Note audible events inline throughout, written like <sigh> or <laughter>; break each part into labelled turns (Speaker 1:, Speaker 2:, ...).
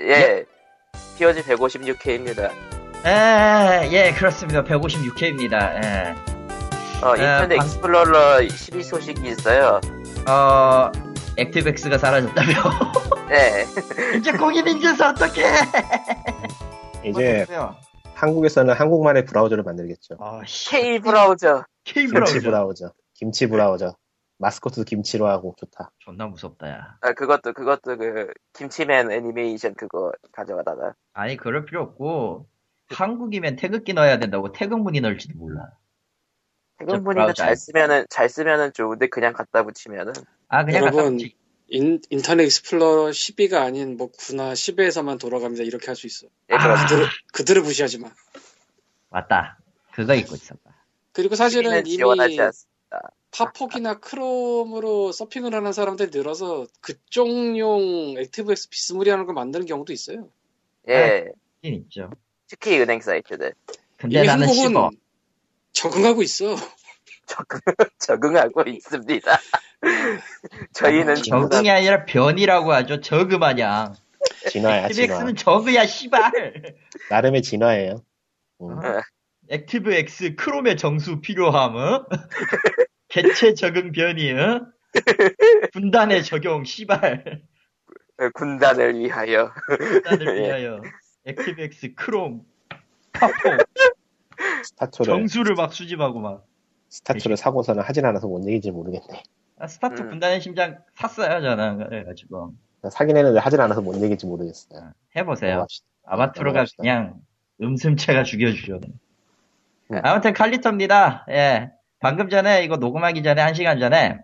Speaker 1: 예. POG 156회입니다.
Speaker 2: 예, 예, 그렇습니다. 156회입니다. 예.
Speaker 1: 어,
Speaker 2: 예,
Speaker 1: 인터넷
Speaker 2: 방-
Speaker 1: 익스플로러 12 소식이 있어요.
Speaker 2: 어, 액티백스가 사라졌다며. <laughs>
Speaker 1: 네.
Speaker 2: 이제 공인인증서 어떡해!
Speaker 3: 이제
Speaker 2: 어떡해요?
Speaker 3: 한국에서는 한국만의 브라우저를 만들겠죠.
Speaker 2: 어, 씨,
Speaker 1: K 브라우저.
Speaker 2: 케이블
Speaker 3: 김치
Speaker 2: 라
Speaker 3: 브라우저. 김치 브라우저. 마스코트도 김치로 하고 좋다.
Speaker 2: 존나 무섭다, 야.
Speaker 1: 아, 그것도, 그것도 그, 김치맨 애니메이션 그거 가져가다가.
Speaker 2: 아니, 그럴 필요 없고, 한국이면 태극기 넣어야 된다고 태극문이 넣을지도 몰라.
Speaker 1: 태근분이가
Speaker 2: 브라우저
Speaker 1: 잘
Speaker 2: 아니-
Speaker 1: 쓰면은, 잘 쓰면은 좋은데 그냥 갖다 붙이면은.
Speaker 2: 아, 그냥 갖다
Speaker 4: 여러분.
Speaker 2: 붙이.
Speaker 4: 인, 터넷 익스플로러 10위가 아닌 뭐 9나 10위에서만 돌아갑니다. 이렇게 할 수 있어.
Speaker 1: 예, 그렇습니다.
Speaker 4: 그들을, 그들을 무시하지 마.
Speaker 2: 맞다. 그거 입고 있었다.
Speaker 4: 그리고
Speaker 1: TV는
Speaker 4: 사실은 이미
Speaker 1: 지원하지 않습니다.
Speaker 4: 파폭이나 크롬으로 서핑을 하는 사람들이 늘어서 그쪽용 액티브엑스 비스무리하는 걸 만드는 경우도 있어요.
Speaker 1: 예.
Speaker 2: 있긴 있죠.
Speaker 1: 특히 은행 사이트들.
Speaker 2: 근데
Speaker 4: 이미
Speaker 2: 나는
Speaker 4: 한국은
Speaker 2: 씹어.
Speaker 4: 적응하고 있어.
Speaker 1: 적응, <laughs> 적응하고 있습니다. <laughs> 저희는
Speaker 2: 적응이 아니라 변이라고 하죠. 저그 마냥. <laughs>
Speaker 4: 아,
Speaker 3: 진화야, 진화.
Speaker 2: 액티백스는 저그야, 씨발!
Speaker 3: 나름의 진화예요. 음.
Speaker 2: 어. 액티브 X 크롬의 정수 필요함, 어? <laughs> 개체 적응 변이, 어? 분단의 적용, 씨발.
Speaker 1: 군단을 위하여.
Speaker 2: 분단을
Speaker 1: 예.
Speaker 2: 위하여. 액티브
Speaker 1: <laughs>
Speaker 2: X 크롬, 파포,
Speaker 3: 스타투를,
Speaker 2: 정수를 막 수집하고 막.
Speaker 3: 스타투를 사고서는 하진 않아서 뭔 얘기인지 모르겠네.
Speaker 2: 아, 스타트
Speaker 1: 음.
Speaker 2: 분단의 심장 샀어요, 저는. 그래가지고.
Speaker 3: 사긴 했는데 하진 않아서 뭔 얘기인지 모르겠어요. 뭐
Speaker 2: 해보세요.
Speaker 3: 넘어갑시다.
Speaker 2: 아바투르가
Speaker 3: 넘어갑시다.
Speaker 2: 그냥 음슴체가 죽여주죠.
Speaker 3: 네.
Speaker 2: 아무튼 칼리터입니다. 예. 방금 전에 이거 녹음하기 전에 한 시간 전에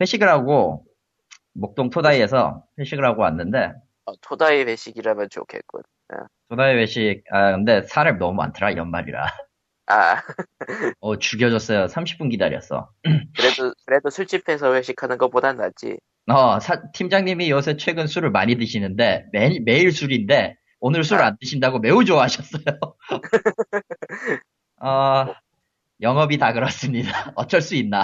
Speaker 2: 회식을 하고 목동 토다이에서 회식을 하고 왔는데
Speaker 1: 어, 토다이 배식이라면 좋겠군.
Speaker 2: 토다이 회식 아 근데 사람 너무 많더라 연말이라
Speaker 1: 아,
Speaker 2: 어 죽여줬어요 30분 기다렸어
Speaker 1: 그래도, 그래도 술집에서 회식하는 것보단 낫지.
Speaker 2: 어 사- 팀장님이 요새 최근 술을 많이 드시는데 매, 매일 술인데 오늘 술 안 드신다고 매우 좋아하셨어요 어, 영업이 다 그렇습니다. <laughs> 어쩔 수 있나.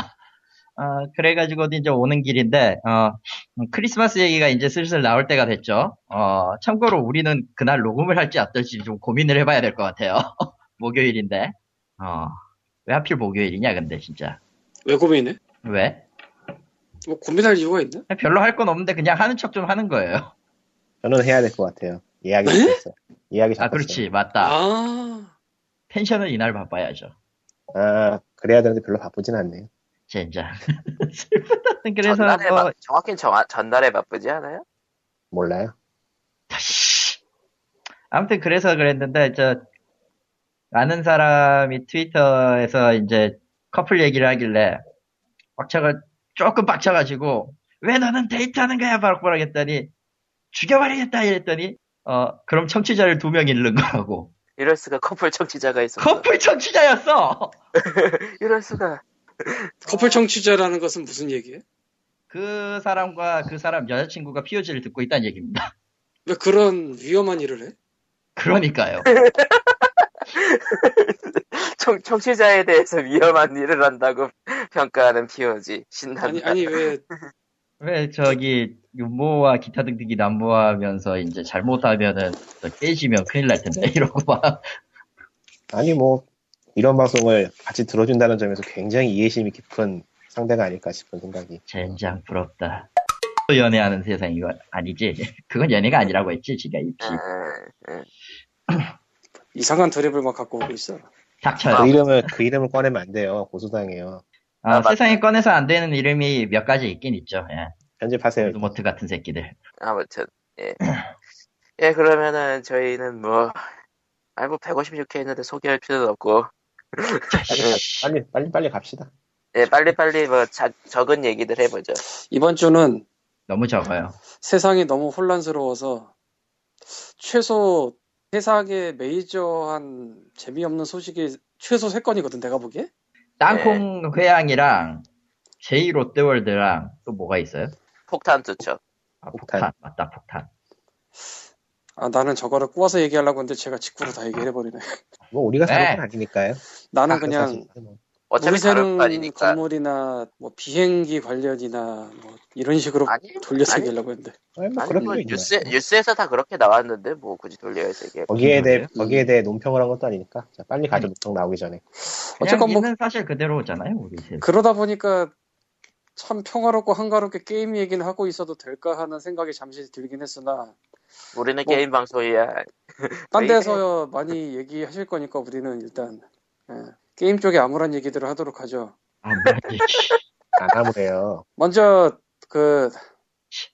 Speaker 2: 어, 그래가지고 이제 오는 길인데, 어, 음, 크리스마스 얘기가 이제 슬슬 나올 때가 됐죠. 어, 참고로 우리는 그날 녹음을 할지 안 할지 좀 고민을 해봐야 될 것 같아요. <laughs> 목요일인데. 어, 왜 하필 목요일이냐, 근데 진짜.
Speaker 4: 왜 고민해?
Speaker 2: 왜?
Speaker 4: 뭐 고민할 이유가 있나?
Speaker 2: 별로 할 건 없는데 그냥 하는 척 좀 하는 거예요.
Speaker 3: 저는 해야 될 것 같아요. 예약이 잡혔어요. 예약이 잡혔어요.
Speaker 2: 아, 그렇지. 맞다.
Speaker 4: 아,
Speaker 2: 펜션은 이날 바빠야죠.
Speaker 3: 아, 그래야 되는데 별로 바쁘진 않네요.
Speaker 2: 젠장. <laughs> 슬프다. 그래서
Speaker 1: 전날에
Speaker 2: 뭐,
Speaker 1: 바- 정확히 정 전날에 바쁘지 않아요?
Speaker 3: 몰라요.
Speaker 2: 아, 아무튼 그래서 그랬는데 저 아는 사람이 트위터에서 이제 커플 얘기를 하길래 빡쳐가 조금 빡쳐가지고 왜 너는 데이트하는 거야 바락바락 했더니 죽여버리겠다 이랬더니 어 그럼 청취자를 두 명 잃는 거라고
Speaker 1: <laughs> 이럴 수가 커플 청취자가 있었어.
Speaker 2: 커플 청취자였어
Speaker 1: 이럴 수가.
Speaker 4: 커플 청취자라는 것은 무슨 얘기야?
Speaker 2: 그 사람과 그 사람 여자친구가 POG를 듣고 있다는 얘기입니다 <laughs>
Speaker 4: 왜 그런 위험한 일을 해?
Speaker 2: 그러니까요
Speaker 1: 청, 청취자에 대해서 위험한 일을 한다고 <laughs> 평가하는 피오지 신난다.
Speaker 4: 아니,
Speaker 1: <laughs>
Speaker 4: 아니, 왜
Speaker 2: 왜 저기 윤모와 기타 등등이 난무하면서 이제 잘못하면은 또 깨지면 큰일 날 텐데 <laughs> 이러고 막
Speaker 3: 아니, 뭐, 이런 방송을 같이 들어준다는 점에서 굉장히 이해심이 깊은 상대가 아닐까 싶은 생각이.
Speaker 2: 젠장 부럽다. 또 연애하는 세상 이거 아니지? 그건 연애가 아니라고 했지 지가 입지.
Speaker 1: 음, 음.
Speaker 4: 이상한 드립을 막 갖고 오고 있어?
Speaker 2: 닥쳐요.
Speaker 4: 아,
Speaker 3: 그 이름을, 그 이름을 꺼내면 안 돼요. 고소당해요.
Speaker 1: 아,
Speaker 2: 아,
Speaker 1: 맞다.
Speaker 2: 세상에 꺼내서 안 되는 이름이 몇 가지 있긴 있죠. 예.
Speaker 3: 편집하세요.
Speaker 2: 루모트 같은 새끼들.
Speaker 1: 아무튼 예. 예 그러면은 저희는 뭐 아이고 156회 했는데 소개할 필요는 없고
Speaker 3: 빨리, 가- 빨리, 빨리, 빨리 갑시다.
Speaker 1: 예 빨리 빨리 뭐 자- 적은 얘기들 해보죠.
Speaker 4: 이번 주는
Speaker 2: 너무 적어요.
Speaker 4: 세상이 너무 혼란스러워서 최소 세상에 메이저한 재미없는 소식이 최소 세건이거든 내가 보기에? 네.
Speaker 2: 땅콩 회양이랑 제이 롯데월드랑 또 뭐가 있어요?
Speaker 1: 폭탄 투척.
Speaker 2: 아,
Speaker 3: 폭탄.
Speaker 2: 폭탄 맞다 폭탄.
Speaker 4: 아, 나는 저거를 꼬아서 얘기하려고 했는데 제가 직구로 다 얘기를 해버리네. <laughs>
Speaker 3: 뭐, 우리가 사는
Speaker 2: 네.
Speaker 3: 건 아니니까요.
Speaker 4: 나는
Speaker 3: 아,
Speaker 4: 그냥
Speaker 3: 사실, 뭐,
Speaker 1: 어차피 다른
Speaker 4: 무쇠는
Speaker 1: 판이니까.
Speaker 4: 건물이나 뭐 비행기 관련이나 뭐 이런 식으로
Speaker 1: 아니,
Speaker 4: 돌려서
Speaker 1: 아니,
Speaker 4: 얘기하려고 했는데
Speaker 3: 아니, 뭐
Speaker 1: 아니
Speaker 3: 그런
Speaker 1: 뭐
Speaker 3: 게 있나.
Speaker 1: 뉴스 뉴스에서 다 그렇게 나왔는데 뭐 굳이 돌려서 얘기해.
Speaker 3: 거기에 대해
Speaker 2: 그래요?
Speaker 3: 거기에 대해 논평을 한 것도 아니니까 자, 빨리 가죠 논평 나오기 전에
Speaker 2: 그냥
Speaker 4: 어쨌건 뭐-
Speaker 2: 있는 사실 그대로 오잖아요 우리 집.
Speaker 4: 그러다 보니까 참 평화롭고 한가롭게 게임 얘기는 하고 있어도 될까 하는 생각이 잠시 들긴 했으나
Speaker 1: 우리는
Speaker 4: 뭐-
Speaker 1: 게임 방송이야.
Speaker 4: 딴
Speaker 1: 왜
Speaker 4: 데서 많이 얘기하실 거니까 우리는 일단 예, 게임 쪽에 아무런 얘기들을 하도록 하죠.
Speaker 2: 아, 뭐야, 이게.
Speaker 3: 안하무래요
Speaker 4: 먼저 그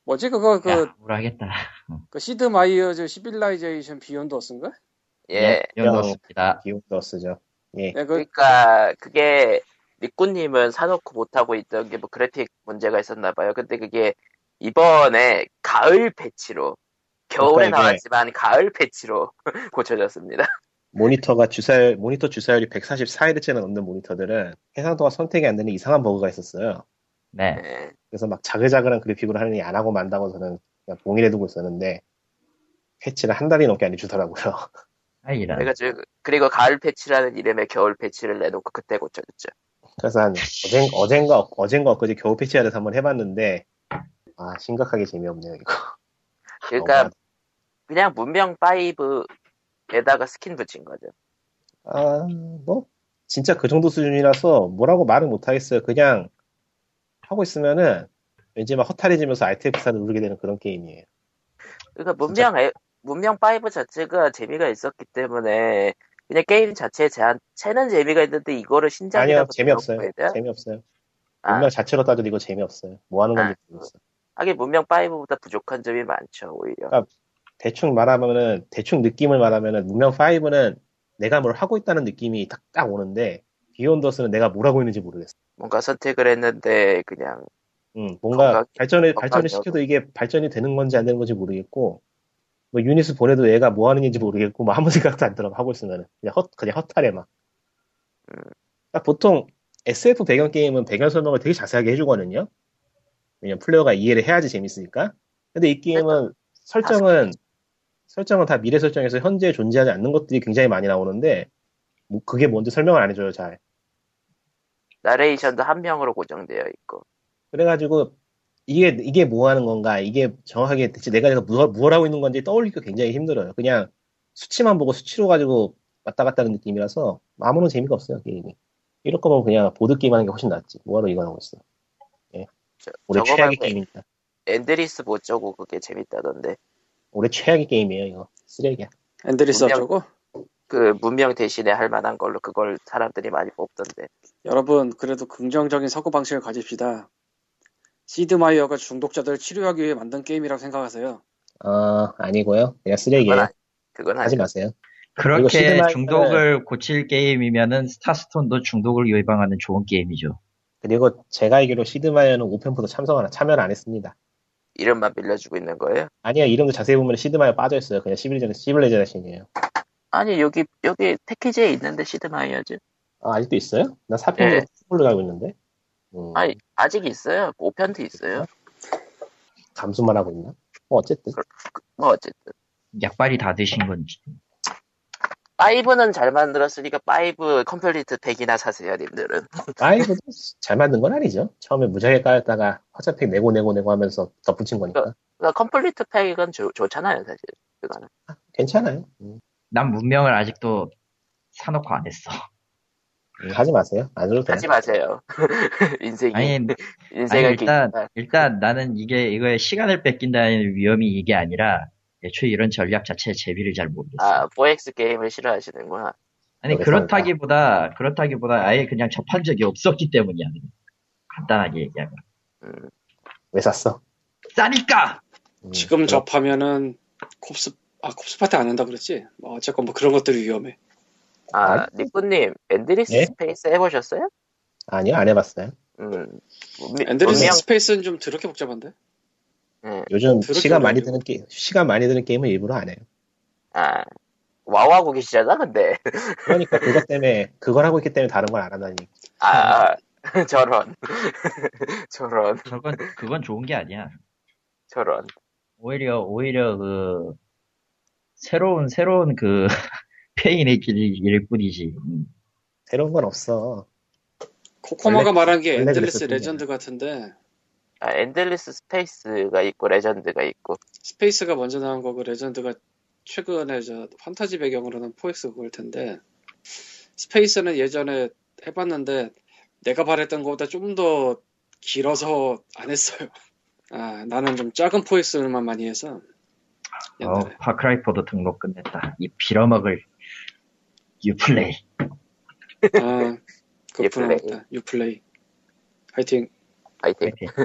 Speaker 4: 뭐지 <laughs> 그거 그,
Speaker 2: 야, 뭐라 하겠다.
Speaker 4: 그 시드 마이어즈 시빌라이제이션 비욘드 어슨가?
Speaker 1: 예.
Speaker 2: 연도습니다
Speaker 3: 기운도 쓰죠 예
Speaker 4: 예, 그
Speaker 1: 그러니까 그게 미꾸님은 사놓고 못하고 있던 게 뭐 그래픽 문제가 있었나 봐요. 근데 그게 이번에 가을 패치로 겨울에
Speaker 3: 그러니까 이게-
Speaker 1: 나왔지만 가을 패치로 <laughs> 고쳐졌습니다.
Speaker 3: 모니터가 주사율 모니터 주사율이 144일째나 넘는 모니터들은 해상도가 선택이 안 되는 이상한 버그가 있었어요
Speaker 2: 네.
Speaker 1: 예.
Speaker 3: 그래서 막 자글자글한 그래픽으로 하느니 안 하고 만다고 저는 그냥 봉인해 두고 있었는데 패치를 한 달이 넘게 안 해주더라고요
Speaker 2: 아, 이런.
Speaker 1: 그래가지고 그리고 가을 패치라는 이름의 겨울 패치를 내놓고 그때 고쳐졌죠.
Speaker 3: 그래서 한 어젠, 어젠가 엊- 어젠가 엊그제 겨우 패치하려서 한번 해봤는데 아 심각하게 재미없네요 이거
Speaker 1: 그러니까 그냥 문명 5에다가 스킨 붙인 거죠.
Speaker 3: 아뭐 진짜 그 정도 수준이라서 뭐라고 말은 못하겠어요 그냥 하고 있으면은 왠지 막 허탈해지면서 아이템 기사를 누르게 되는 그런 게임이에요
Speaker 1: 그러니까 문명 에- 문명 5 자체가 재미가 있었기 때문에 그냥 게임 자체에 제한 채는 재미가 있는데 이거를
Speaker 3: 아니요
Speaker 1: 신작이라고
Speaker 3: 재미없어요
Speaker 1: 부르는 거에 대한-
Speaker 3: 재미없어요
Speaker 1: 아,
Speaker 3: 운명 자체로 따져도 이거 재미없어요 뭐 하는 건지
Speaker 1: 아.
Speaker 3: 모르겠어요
Speaker 1: 하긴 문명 5보다 부족한 점이 많죠 오히려.
Speaker 3: 아. 대충 말하면은 대충 느낌을 말하면은 문명 5는 내가 뭘 하고 있다는 느낌이 딱, 딱 오는데 비욘더스는 내가 뭘 하고 있는지 모르겠어요
Speaker 1: 뭔가 선택을 했는데 그냥
Speaker 3: 음, 뭔가
Speaker 1: 건강-
Speaker 3: 발전을
Speaker 1: 건강이
Speaker 3: 발전을
Speaker 1: 어려워.
Speaker 3: 시켜도 이게 발전이 되는 건지 안 되는 건지 모르겠고 뭐 유닛을 보내도 얘가 뭐 하는 건지 모르겠고 뭐 아무 <laughs> 생각도 안 들어 하고 있으면은 그냥 헛 그냥 허탈해 막.
Speaker 1: 음.
Speaker 3: 그러니까 보통 SF 배경 게임은 배경 설명을 되게 자세하게 해주거든요. 왜냐면 플레이어가 이해를 해야지 재밌으니까. 근데 이
Speaker 1: 그러니까
Speaker 3: 게임은 설정은 설정은 다 미래 설정에서 현재 존재하지 않는 것들이 굉장히 많이 나오는데 뭐 그게 뭔지 설명을 안 해줘요 잘.
Speaker 1: 나레이션도 한 명으로 고정되어 있고.
Speaker 3: 그래가지고 이게 이게 뭐 하는 건가 이게 정확하게 대체 내가 내가 무엇 뭘 하고 있는 건지 떠올리기가 굉장히 힘들어요. 그냥 수치만 보고 수치로 가지고 왔다 갔다 하는 느낌이라서 아무런 재미가 없어요 게임이. 이럴 거면 그냥 보드 게임 하는 게 훨씬 낫지. 뭐하러 이거 하고 있어.
Speaker 1: 저,
Speaker 3: 올해
Speaker 1: 저거
Speaker 3: 최악의
Speaker 1: 말고
Speaker 3: 게임이다.
Speaker 1: 엔드리스 못 저고 그 그게 재밌다던데.
Speaker 3: 올해 최악의 게임이에요 이거. 쓰레기야.
Speaker 4: 앤드리스
Speaker 1: 문명-
Speaker 4: 앞쪽고
Speaker 1: 그 문명 대신에 할 만한 걸로 그걸 사람들이 많이 뽑던데.
Speaker 3: 예.
Speaker 4: 여러분 그래도 긍정적인 사고 방식을 가집시다. 시드마이어가 중독자들을 치료하기 위해 만든 게임이라고 생각하세요.
Speaker 3: 아 아니고요.
Speaker 1: 그건
Speaker 3: 그냥 쓰레기예요.
Speaker 1: 아니. 그건
Speaker 3: 하지
Speaker 1: 아니.
Speaker 3: 마세요. 그리고
Speaker 2: 그렇게
Speaker 3: 시그널-
Speaker 2: 중독을 고칠 게임이면은 스타스톤도 중독을 예방하는 좋은 게임이죠.
Speaker 3: 그리고 제가 알기로 시드마이어는 오펜포도 참석하나 참여를 안 했습니다.
Speaker 1: 이름만 빌려주고 있는 거예요?
Speaker 3: 아니요 이름도 자세히 보면 시드마이어 빠져 있어요. 그냥 시빌레전 시빌레전이에요.
Speaker 1: 아니 여기 여기 패키지에 있는데 시드마이어즈.
Speaker 3: 아, 아직도 있어요? 나
Speaker 1: 예.
Speaker 3: 사편으로 풀로 가고 있는데.
Speaker 2: 어.
Speaker 3: 음,
Speaker 1: 아니, 아직 있어요. 5편도
Speaker 2: 네.
Speaker 1: 있어요.
Speaker 3: 감수만 하고 있나? 뭐 어쨌든
Speaker 1: 뭐, 어쨌든.
Speaker 2: 약발이 다 드신 건지.
Speaker 1: 5는 잘 만들었으니까 5 컴플리트 100이나 사세요, 님들은.
Speaker 3: 아, 라이브도 잘 만든 건 아니죠. 처음에 무지하게 깔았다가 화자팩 내고 내고 내고 하면서 덧붙인 거니까
Speaker 1: 그러니까 컴플리트 100은 좋- 좋잖아요, 사실. 그거는.
Speaker 3: 괜찮아요. 음,
Speaker 2: 난 문명을 아직도 사놓고 안 했어.
Speaker 3: 음, 하지 마세요. 안 해도 돼요.
Speaker 1: 하지 마세요. <laughs> 인생이,
Speaker 2: 네. 아니,
Speaker 1: 인생을
Speaker 2: 아니, 일단-
Speaker 1: 기니까.
Speaker 2: 일단 나는 이게 이거에 시간을 뺏긴다는 위험이 이게 아니라 애초에 이런 전략 자체의 재미를 잘 모르겠어.
Speaker 1: 아, 4X 게임을 싫어하시는구나.
Speaker 2: 아니
Speaker 3: 모르겠습니다.
Speaker 2: 그렇다기보다 그렇다기보다 아예 그냥 접한 적이 없었기 때문이야. 간단하게 얘기하면
Speaker 1: 음.
Speaker 3: 왜 샀어?
Speaker 2: 싸니까
Speaker 3: 음,
Speaker 4: 지금
Speaker 3: 그럼
Speaker 4: 접하면은 콥스 아 콥스 파티 안 한다 그랬지? 뭐 어쨌건 뭐 그런 것들이 위험해.
Speaker 1: 아,
Speaker 3: 아,
Speaker 1: 니꾸님, 엔드리스
Speaker 2: 네?
Speaker 3: 예?
Speaker 1: 스페이스 해보셨어요?
Speaker 3: 아니요 안 해봤어요.
Speaker 1: 음. 문미-
Speaker 4: 앤드리스
Speaker 1: 문명-
Speaker 4: 스페이스는 좀 더럽게 복잡한데?
Speaker 1: 예.
Speaker 3: 요즘
Speaker 4: 들었죠,
Speaker 3: 시간 많이
Speaker 4: 그래가지고.
Speaker 3: 드는 게 시간 많이 드는 게임을 일부러 안 해요.
Speaker 1: 아, 와우하고 계시잖아, 근데.
Speaker 3: 그러니까 그것 때문에 그걸 하고 있기 때문에 다른 걸 안 한다니.
Speaker 2: <laughs>
Speaker 1: 아, <laughs> 아, 저런. 저런,
Speaker 2: 저건 그건 좋은 게 아니야.
Speaker 1: 저런.
Speaker 2: 오히려 오히려 그 새로운 새로운 <laughs> 그 페인의 길일 뿐이지. 음.
Speaker 3: 새로운 건 없어.
Speaker 4: 코코마가 말한 게
Speaker 3: 원래
Speaker 4: 엔들리스
Speaker 3: 그랬었군요.
Speaker 4: 레전드 같은데
Speaker 1: 아, 엔들리스 스페이스가 있고 레전드가 있고
Speaker 4: 스페이스가 먼저 나온 거고 레전드가 최근에 저 판타지 배경으로는 포엑스 그걸 텐데 스페이스는 예전에 해봤는데 내가 바랬던 것보다 좀 더 길어서 안 했어요. <laughs> 아 나는 좀 작은 포엑스만 많이 해서
Speaker 2: 어,
Speaker 4: 옛날에
Speaker 2: 파크라이포도 등록 끝냈다. 이 빌어먹을 유플레이.
Speaker 3: 어.
Speaker 4: 아 그렇구나
Speaker 1: 유플레이.
Speaker 4: 맞다. 유플레이 화이팅
Speaker 1: 파이팅.
Speaker 2: 화이팅.
Speaker 1: <laughs>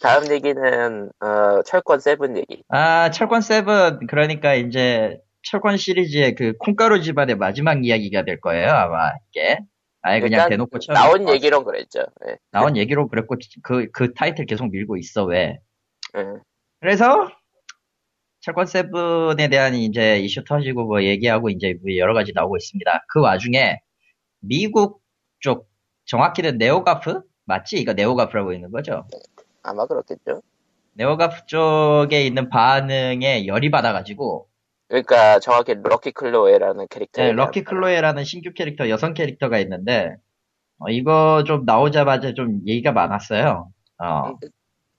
Speaker 1: 다음 얘기는 어, 철권 세븐 얘기.
Speaker 2: 아, 철권 세븐 그러니까 이제 철권 시리즈의 그 콩가루 집안의 마지막 이야기가 될 거예요 아마 이게. 아예 네, 그냥
Speaker 1: 일단
Speaker 2: 대놓고 처음에
Speaker 1: 나온
Speaker 2: 어,
Speaker 1: 얘기론 그랬죠. 예. <laughs>
Speaker 2: 나온 얘기로 그랬고 그 그 타이틀 계속 밀고 있어 왜?
Speaker 1: 예.
Speaker 2: 그래서 철권 세븐에 대한 이제 이슈 터지고 뭐 얘기하고 이제 뭐 여러 가지 나오고 있습니다. 그 와중에 미국 쪽 정확히는 네오가프 맞지? 이거 네오가프라고 있는 거죠?
Speaker 1: 아마 그렇겠죠.
Speaker 2: 네오가프 쪽에 있는 반응에 열이 받아가지고
Speaker 1: 그러니까 정확히 럭키 클로에라는 캐릭터.
Speaker 2: 네, 럭키 클로에라는 신규 캐릭터 여성 캐릭터가 있는데 어, 이거 좀 나오자마자 좀 얘기가 많았어요. 어,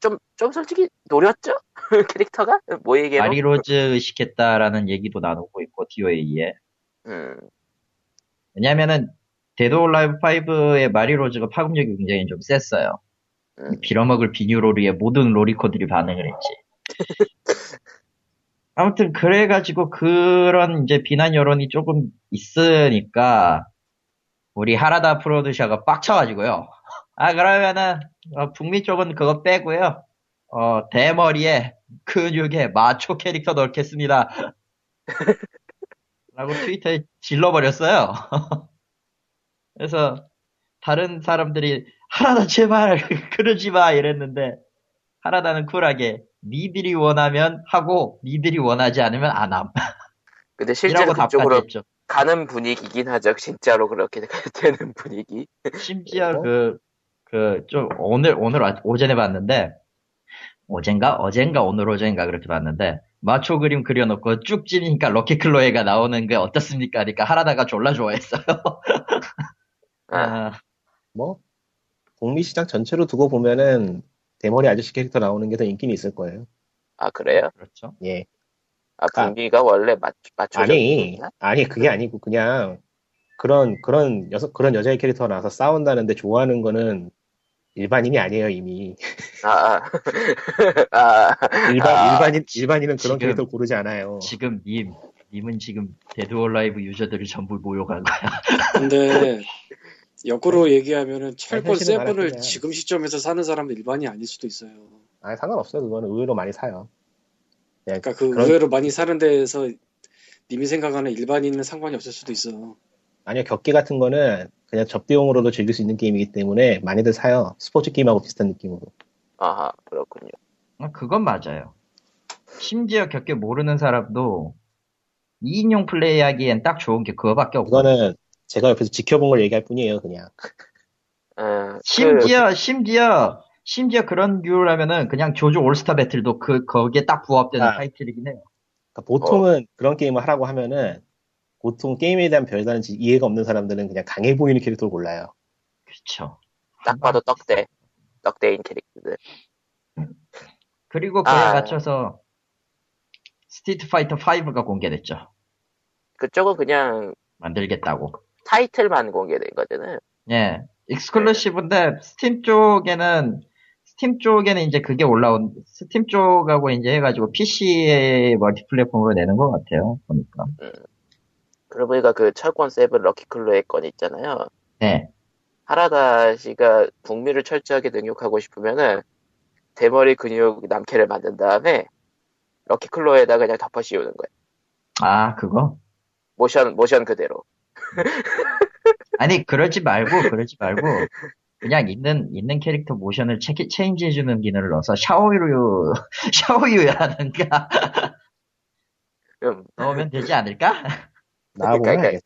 Speaker 1: 좀좀 솔직히 노렸죠? <laughs> 캐릭터가 뭐 얘기로?
Speaker 2: 마리로즈 의식했다라는 얘기도 나누고 있고 DOA에
Speaker 1: 음.
Speaker 2: 왜냐면은 데드 올라이브 5의 마리로즈가 파급력이 굉장히 좀 셌어요.
Speaker 1: 음.
Speaker 2: 이 빌어먹을 비뉴로리에 모든 로리코들이 반응을 했지. 아무튼 그래가지고 그런 이제 비난 여론이 조금 있으니까 우리 하라다 프로듀셔가 빡쳐가지고요. 아 그러면은 어, 북미 쪽은 그거 빼고요. 어 대머리에 근육에 마초 캐릭터 넣겠습니다. 라고 트위터에 질러버렸어요. <laughs> 그래서 다른 사람들이 하라다 제발 <laughs> 그러지 마 이랬는데 하라다는 쿨하게 니들이 원하면 하고 니들이 원하지 않으면 안 함.
Speaker 1: 근데 실제로
Speaker 2: 이라고 답까지
Speaker 1: 그쪽으로
Speaker 2: 했죠.
Speaker 1: 가는 분위기긴 하죠. <laughs> 진짜로 그렇게 되는 분위기.
Speaker 2: 심지어 그, 그, 좀, 오늘, 오늘 아- 오전에 봤는데, 어젠가? 어젠가, 오늘 오전인가 그렇게 봤는데, 마초 그림 그려놓고 쭉 찌니까 럭키 클로에가 나오는 게 어떻습니까? 그러니까 하라다가 졸라 좋아했어요. <laughs>
Speaker 1: 아,
Speaker 2: 아,
Speaker 3: 뭐 북미 시장 전체로 두고 보면은 대머리 아저씨 캐릭터 나오는 게 더 인기는 있을 거예요.
Speaker 1: 아, 그래요?
Speaker 2: 그렇죠.
Speaker 3: 예.
Speaker 1: 아
Speaker 2: 그러니까
Speaker 1: 분위기가 원래 맞 맞춰져.
Speaker 3: 아니
Speaker 1: 있구나?
Speaker 3: 아니 그게 아니고 그냥 그런 그런 여성 그런 여자의 캐릭터 나와서 싸운다는데 좋아하는 거는 일반인이 아니에요 이미 <laughs>
Speaker 1: 아, <laughs> 아. 아.
Speaker 3: 일반
Speaker 1: 아,
Speaker 3: 일반인 일반인은
Speaker 2: 지금-
Speaker 3: 그런 캐릭터 고르지 않아요.
Speaker 2: 지금 님, 님은 지금 데드 올라이브 유저들을 전부 모욕한 거야. <laughs>
Speaker 4: 근데
Speaker 3: 네.
Speaker 4: 역으로 얘기하면은 철권
Speaker 3: 현실은
Speaker 4: 세븐을
Speaker 3: 말하자면-
Speaker 4: 지금 시점에서 사는 사람은 일반이 아닐 수도 있어요.
Speaker 3: 아 상관없어요 그거는 의외로 많이 사요. 예,
Speaker 4: 그러니까 그
Speaker 3: 그런-
Speaker 4: 의외로 많이 사는 데에서 님이 생각하는 일반인은 상관이 없을 수도 있어.
Speaker 3: 아니요 격기 같은 거는 그냥 접대용으로도 즐길 수 있는 게임이기 때문에 많이들 사요. 스포츠 게임하고 비슷한 느낌으로.
Speaker 1: 아하, 그렇군요.
Speaker 2: 아, 그건 맞아요. 심지어 겪게 모르는 사람도 2인용 플레이하기엔 딱 좋은 게 그거밖에 없고.
Speaker 3: 이거는 제가 옆에서 지켜본 걸 얘기할 뿐이에요 그냥.
Speaker 1: 음,
Speaker 2: 심지어 심지어 심지어 그런 류라면은 그냥 조조 올스타 배틀도 그 거기에 딱 부합되는
Speaker 3: 아.
Speaker 2: 타이틀이긴 해요.
Speaker 3: 그러니까 보통은 그런 게임을 하라고 하면은 보통 게임에 대한 별다른 지- 이해가 없는 사람들은 그냥 강해 보이는 캐릭터를 골라요.
Speaker 2: 그렇죠.
Speaker 1: 딱 봐도 떡대, 떡대인 캐릭터들.
Speaker 2: 그리고 그에
Speaker 1: 아.
Speaker 2: 맞춰서 스트리트 파이터 5가 공개됐죠.
Speaker 1: 그쪽은 그냥
Speaker 2: 만들겠다고.
Speaker 1: 타이틀만 공개된 거잖아요.
Speaker 2: 예. 익스클루시브인데 스팀 쪽에는 스팀 쪽에는 이제 그게 올라온 스팀 쪽하고 이제 해가지고 PC에 멀티플랫폼으로 내는 것 같아요. 보니까.
Speaker 1: 그러고 보니까 그 철권 세븐 럭키클로의 건 있잖아요.
Speaker 2: 네.
Speaker 1: 하라다 씨가 북미를 철저하게 능욕하고 싶으면은 대머리 근육 남캐를 만든 다음에 럭키클로에다가 그냥 덮어 씌우는 거예요.
Speaker 2: 아 그거?
Speaker 1: 모션, 모션 그대로.
Speaker 2: 아니 그러지 말고 그러지 말고 그냥 있는 있는 캐릭터 모션을 체, 인지해주는 기능을 넣어서 샤오유 <laughs> 샤오유라든가 <laughs>
Speaker 1: 음,
Speaker 2: 넣으면 되지 않을까?
Speaker 3: 나와보면 알겠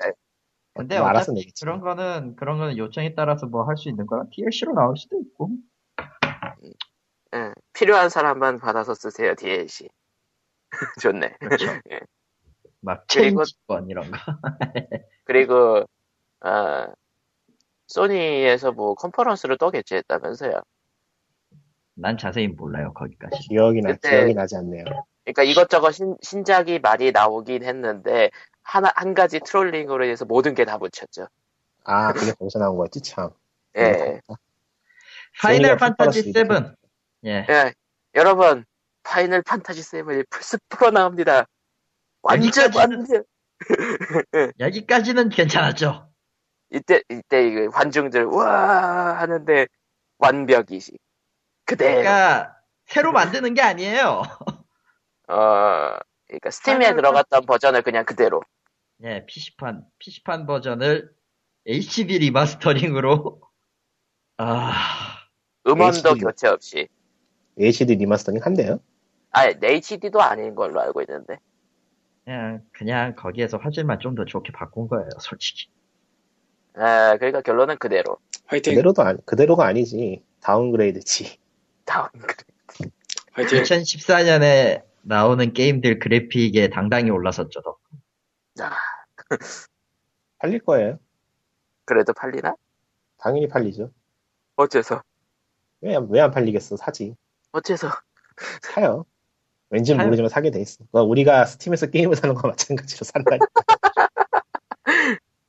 Speaker 2: 근데
Speaker 3: 뭐 알아서
Speaker 2: 어차피
Speaker 3: 내겠지.
Speaker 2: 그런 거는 그런 거는 요청에 따라서 뭐 할 수 있는 거랑 DLC로 나올 수도 있고
Speaker 1: 예, 필요한 사람만 받아서 쓰세요, DLC. <laughs> 좋네.
Speaker 2: 막
Speaker 1: 그리고-
Speaker 2: 체인지권 이런 거.
Speaker 1: 그리고, 아, 소니에서 뭐 컨퍼런스를 또 개최했다면서요.
Speaker 2: 난 자세히 몰라요 거기까지.
Speaker 3: 기억이 나
Speaker 1: 그때-
Speaker 3: 기억이 나지 않네요.
Speaker 1: 그러니까 이것저것 신, 신작이 많이 나오긴 했는데 하나 한 가지 트롤링으로 인해서 모든 게 다 묻혔죠.
Speaker 3: 아 그게 거기서 나온 거였지 참.
Speaker 2: 음.
Speaker 1: 예.
Speaker 2: 파이널
Speaker 3: 소니가 컨퍼런스
Speaker 2: 판타지
Speaker 3: 이렇게
Speaker 2: 7. 예.
Speaker 1: 예. 여러분 파이널 판타지 7이 플스 프로 나옵니다. 완전
Speaker 2: 여기까지는-
Speaker 1: 완전
Speaker 2: 여기까지는 괜찮았죠.
Speaker 1: 이때 이때 이 관중들 와 하는데 완벽이시. 그대로.
Speaker 2: 그러니까 새로 만드는 게 <laughs> 아니에요.
Speaker 1: 어, 그러니까 스팀에
Speaker 2: 파이널
Speaker 1: 들어갔던 버전을 그냥 그대로.
Speaker 2: 예, PC판 PC판 버전을 HD 리마스터링으로 <laughs> 아
Speaker 1: 음원도
Speaker 3: HD.
Speaker 1: 교체 없이.
Speaker 3: HD 리마스터링 한대요.
Speaker 1: 아, HD도 아닌 걸로 알고 있는데.
Speaker 2: 그냥 그냥 거기에서 화질만 좀 더 좋게 바꾼 거예요, 솔직히.
Speaker 1: 아, 그러니까 결론은 그대로.
Speaker 4: 화이팅
Speaker 3: 그대로도 아니, 그대로가 아니지 다운그레이드지.
Speaker 1: 다운. <laughs>
Speaker 2: 네.
Speaker 4: 화이팅
Speaker 3: 그렇죠.
Speaker 2: 2014년에 나오는 게임들 그래픽에 당당히 올라섰죠. 더.
Speaker 1: 아,
Speaker 3: 팔릴 거예요.
Speaker 1: 그래도 팔리나?
Speaker 3: 당연히 팔리죠.
Speaker 1: 어째서?
Speaker 3: 왜 왜 안 팔리겠어 사지
Speaker 1: 어째서?
Speaker 3: 사요. 왠지
Speaker 2: 사요?
Speaker 3: 모르지만 사게 돼 있어. 그러니까 우리가 스팀에서 게임을 사는 거와
Speaker 2: <laughs>
Speaker 3: 마찬가지로 산다니까.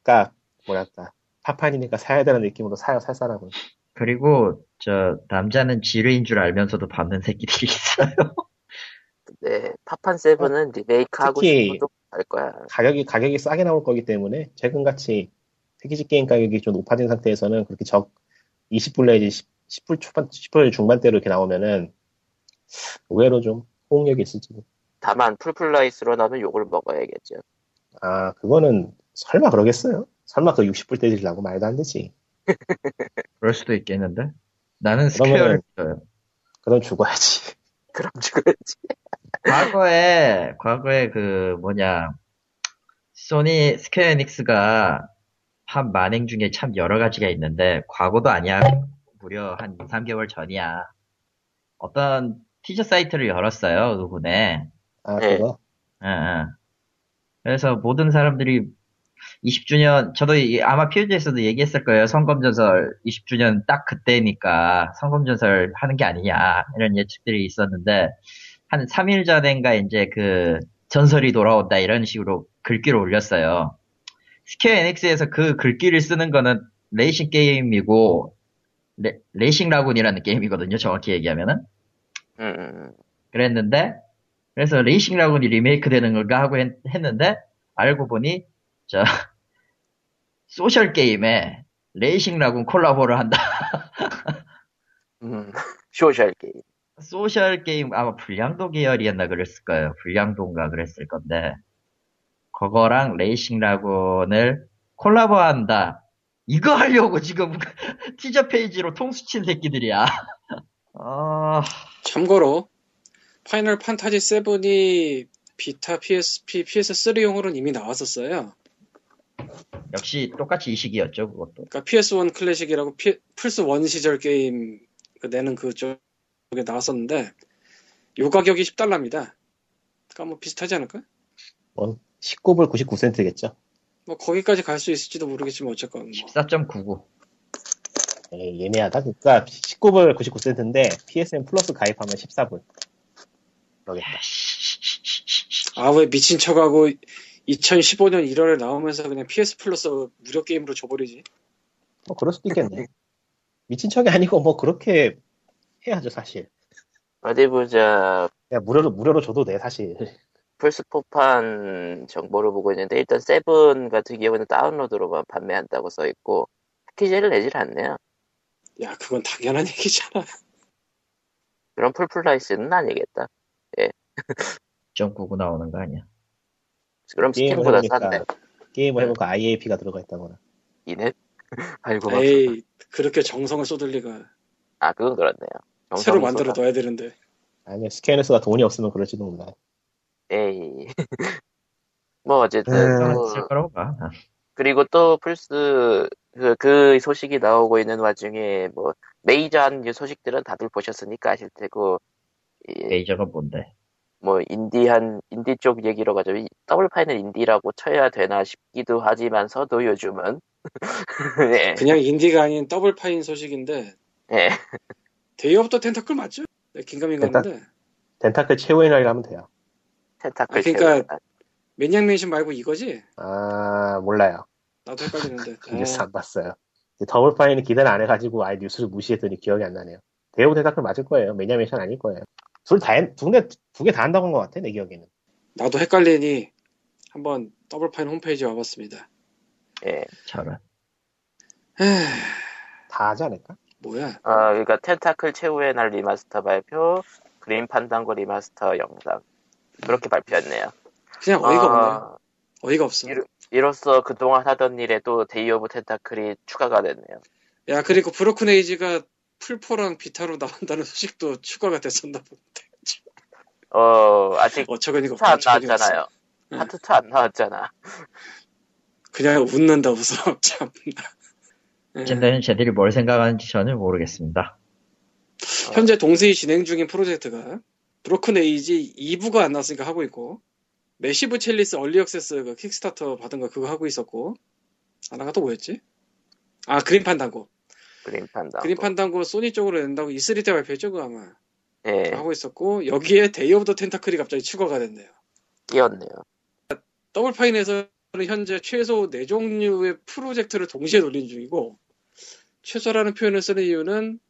Speaker 3: 그러니까 뭐랄까 파판이니까 사야 되는 느낌으로 사요 살 사람은.
Speaker 2: 그리고 저 남자는 지뢰인 줄 알면서도 받는 새끼들이 있어요.
Speaker 1: 네, 파판 세븐은 리메이크하고
Speaker 3: 어, 특히-
Speaker 1: 싶어도 알 거야.
Speaker 3: 가격이 가격이 싸게 나올 거기 때문에 최근같이 패키지 게임 가격이 좀 높아진 상태에서는 그렇게 적 20불 내지 10, 불 초반 10불 중반대로 이렇게 나오면은 의외로 좀 호응력이 있을지도
Speaker 1: 다만 풀플라이스로 나면 욕을 먹어야겠죠. <laughs>
Speaker 3: 아 그거는 설마 그러겠어요? 설마 그 60불 때리려고 말도 안 되지
Speaker 2: 그럴 수도 있겠는데. 나는 스퀘어를
Speaker 3: 그러면은-
Speaker 2: 믿어요.
Speaker 3: 그럼 죽어야지
Speaker 1: 그럼 죽어야지.
Speaker 2: 과거에 과거에 그 뭐냐 소니 스퀘어 에닉스가 한 만행 중에 참 여러 가지가 있는데 과거도 아니야 무려 한 2, 3개월 전이야 어떤 티저 사이트를 열었어요 그분에
Speaker 3: 아
Speaker 1: 네.
Speaker 3: 그거
Speaker 2: 응, 응. 예, 그래서 모든 사람들이 20주년, 저도 이- 아마 POG에서도 얘기했을 거예요. 성검전설 20주년 딱 그때니까 성검전설 하는 게 아니냐, 이런 예측들이 있었는데, 한 3일 전인가 이제 그 전설이 돌아온다 이런 식으로 글귀를 올렸어요. 스퀘어 NX에서 그 글귀를 쓰는 거는 레이싱 게임이고, 레, 레이싱 라군이라는 게임이거든요. 정확히 얘기하면은.
Speaker 1: 음, 음,
Speaker 2: 그랬는데 그래서 레이싱 라군이 리메이크 되는 걸까 하고 했, 는데 알고 보니 저 <laughs> 소셜 게임에 레이싱 라군 콜라보를 한다. <laughs>
Speaker 1: <laughs> 음. 소셜 게임.
Speaker 2: 소셜 게임 아마 불량도 계열이었나 그랬을 거예요. 불량도인가 그랬을 건데 그거랑 레이싱 라군을 콜라보한다. 이거 하려고 지금 <laughs> 티저 페이지로 통수친 새끼들이야. <laughs> 아,
Speaker 4: 참고로 파이널 판타지 7이 비타 PSP PS3용으로는 이미 나왔었어요
Speaker 2: 역시 똑같이 이 시기였죠 그것도.
Speaker 4: 그러니까 PS1 클래식이라고 피- 플스1 시절 게임 그 내는 그쪽에 나왔었는데 요 가격이 10달러입니다 그러니까 뭐 비슷하지 않을까?
Speaker 3: 뭐 19불 99센트겠죠
Speaker 4: 뭐 거기까지 갈 수 있을지도 모르겠지만 어쨌건 뭐.
Speaker 2: 14.99.
Speaker 3: 에이, 예매하다 그러니까 19불 99센트인데 PSN 플러스 가입하면 14불 그러겠다
Speaker 4: 아 왜 미친 척하고 2015년 1월에 나오면서 그냥 PS 플러스 무료 게임으로 줘버리지
Speaker 3: 뭐 그럴 수도 있겠네 미친 척이 아니고 뭐 그렇게 해야죠 사실
Speaker 1: 어디 보자.
Speaker 3: 그냥 무료로 무료로 줘도 돼
Speaker 1: <laughs>
Speaker 3: 사실
Speaker 1: 플스포판 정보를 보고 있는데 일단 세븐 같은 경우는 다운로드로만 판매한다고 써 있고 패키지를 내질 않네요.
Speaker 4: 야 그건 당연한 얘기잖아
Speaker 1: 그럼 풀플라이스는 아니겠다.
Speaker 2: 1.99 나오는 거 아니야?
Speaker 1: 그럼
Speaker 3: 게임을
Speaker 1: 스팀보다
Speaker 3: 해보니까
Speaker 1: 싼데 네.
Speaker 3: 게임을 해보니까 IAP가 들어가 있다거나
Speaker 1: 이는 <laughs> 아이고 막
Speaker 4: 에이 그렇게 정성을 쏟을 리가
Speaker 1: 아 그건 그렇네요. 정성을
Speaker 4: 새로 만들어
Speaker 1: 쏟아. 네.
Speaker 4: 둬야 되는데
Speaker 3: 아니면 스캐너스가 돈이 없으면 그럴지도 몰라
Speaker 1: 에이 <laughs> 뭐 어쨌든
Speaker 3: 음,
Speaker 1: 또-
Speaker 2: 있을 아, 거라고 봐. 난.
Speaker 1: 그리고 또 플스 그, 그 소식이 나오고 있는 와중에 뭐 메이저한 소식들은 다들 보셨으니까 아실 테고
Speaker 4: 예.
Speaker 1: 이,
Speaker 2: 메이저가 뭔데?
Speaker 1: 뭐 인디한 인디 쪽 얘기로 가지고 이 더블 파이널 인디라고 쳐야 되나 싶기도 하지만서도 요즘은 <laughs> 예.
Speaker 4: 그냥 인디가 아닌 더블파인 소식인데
Speaker 1: 예.
Speaker 4: 데이 오브 더 텐타클 맞죠? 네, 긴가민 가는데
Speaker 3: 덴타클 최후의날이라 하면 돼요.
Speaker 1: 텐타클
Speaker 4: 아, 그러니까-
Speaker 1: 제외한.
Speaker 4: 매니악 맨션 말고 이거지?
Speaker 3: 아, 몰라요.
Speaker 4: 나도
Speaker 1: <laughs>
Speaker 4: 헷갈리는데
Speaker 3: 그래서
Speaker 4: 아,
Speaker 3: 안 봤어요. 이제 더블 파인은 기대를 안 해가지고 아예 뉴스를 무시했더니 기억이 안 나네요. 대우 대답을 맞을 거예요. 매니아메이션 아닐 거예요. 둘 다, 두개두개 다 한다고 한 것 같아, 내 기억에는.
Speaker 4: 나도 헷갈리니 한번 더블파인 홈페이지에 와봤습니다
Speaker 1: 예.
Speaker 2: 저런.
Speaker 4: 에휴,
Speaker 3: 다 하지 않을까?
Speaker 4: 뭐야
Speaker 1: 아, 그러니까 텐타클 최후의 날 리마스터 발표, 그린 판단고 리마스터 영상 그렇게 발표했네요.
Speaker 4: 그냥 어이가
Speaker 1: 아,
Speaker 4: 없네요 어이가 없어
Speaker 1: 이러- 이로써 그동안 하던 일에 또 데이 오브 텐타클이 추가가 됐네요.
Speaker 4: 야 그리고 브로큰 에이지가 풀포랑 비타로 나온다는 소식도 추가가 됐었나 본데
Speaker 1: 어, 아직
Speaker 4: 어처구니가
Speaker 1: 하트 2안
Speaker 4: 없다
Speaker 1: 나왔잖아요.
Speaker 4: 응.
Speaker 1: 하트 2안 나왔잖아.
Speaker 4: 그냥 웃는다 웃어 <laughs> 참 예.
Speaker 2: 어쨌든 쟤들이 뭘 생각하는지 저는 모르겠습니다.
Speaker 4: 현재 동시에 진행 중인 프로젝트가 브로큰 에이지 2부가 안 나왔으니까 하고 있고 메시브 첼리스 얼리 액세스 그 킥스타터 받은 거 그거 하고 있었고 하나가 또 뭐였지? 아 그린 판단고
Speaker 1: 그린 판단.
Speaker 4: 그린 판단고 소니 쪽으로 낸다고 E3 때 발표했죠 그거 아마
Speaker 1: 예,
Speaker 4: 하고 있었고 여기에 데이 오브 더 텐타클이 갑자기 추가가 됐네요
Speaker 1: 끼었네요.
Speaker 4: 더블파인에서는 현재 최소 4종류의 프로젝트를 동시에 돌린 중이고 최소라는 표현을 쓰는 이유는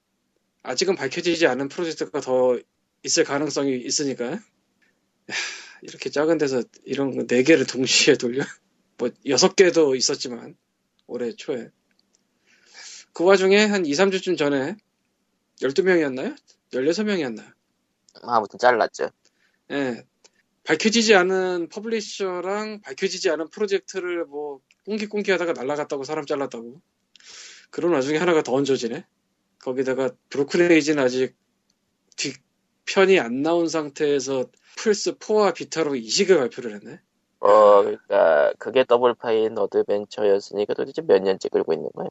Speaker 4: 아직은 밝혀지지 않은 프로젝트가 더 있을 가능성이 있으니까 하, 이렇게 작은 데서 이런 거 4개를 동시에 돌려 <laughs> 뭐 6개도 있었지만 올해 초에 그 와중에 한 2, 3주쯤 전에 12명이었나요? 16명이었나요?
Speaker 1: 아무튼 잘랐죠.
Speaker 4: 예. 밝혀지지 않은 퍼블리셔랑 밝혀지지 않은 프로젝트를 뭐 꽁기꽁기 하다가 날라갔다고 사람 잘랐다고 그런 와중에 하나가 더 얹어지네 거기다가 브로큰에이지는 아직 뒤편이 안 나온 상태에서 플스4와 비타로 이식을 발표를 했네
Speaker 1: 어, 그러니까 그게 더블 파인 어드벤처였으니까 도대체 몇 년째 끌고 있는 거예요?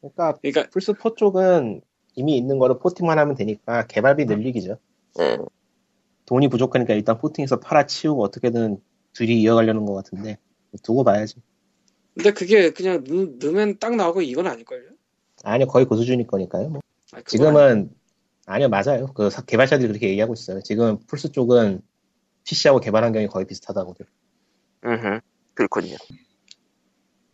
Speaker 3: 그러니까,
Speaker 4: 그러니까
Speaker 3: 플스4 쪽은 이미 있는 거를 포팅만 하면 되니까 개발비
Speaker 4: 음.
Speaker 3: 늘리기죠.
Speaker 1: 예.
Speaker 3: 돈이 부족하니까 일단 포팅해서 팔아치우고 어떻게든 둘이 이어가려는 것 같은데, 두고 봐야지.
Speaker 4: 근데 그게 그냥 넣- 넣으면 딱 나오고 이건 아닐걸요
Speaker 3: 아니요, 거의 그 수준일 거니까요. 뭐.
Speaker 4: 아, 그건 아니-
Speaker 3: 지금은, 아니요, 맞아요. 그 사- 개발자들이 그렇게 얘기하고 있어요. 지금 플스 쪽은 PC하고 개발 환경이 거의 비슷하다고.
Speaker 1: 음흠. 그렇군요.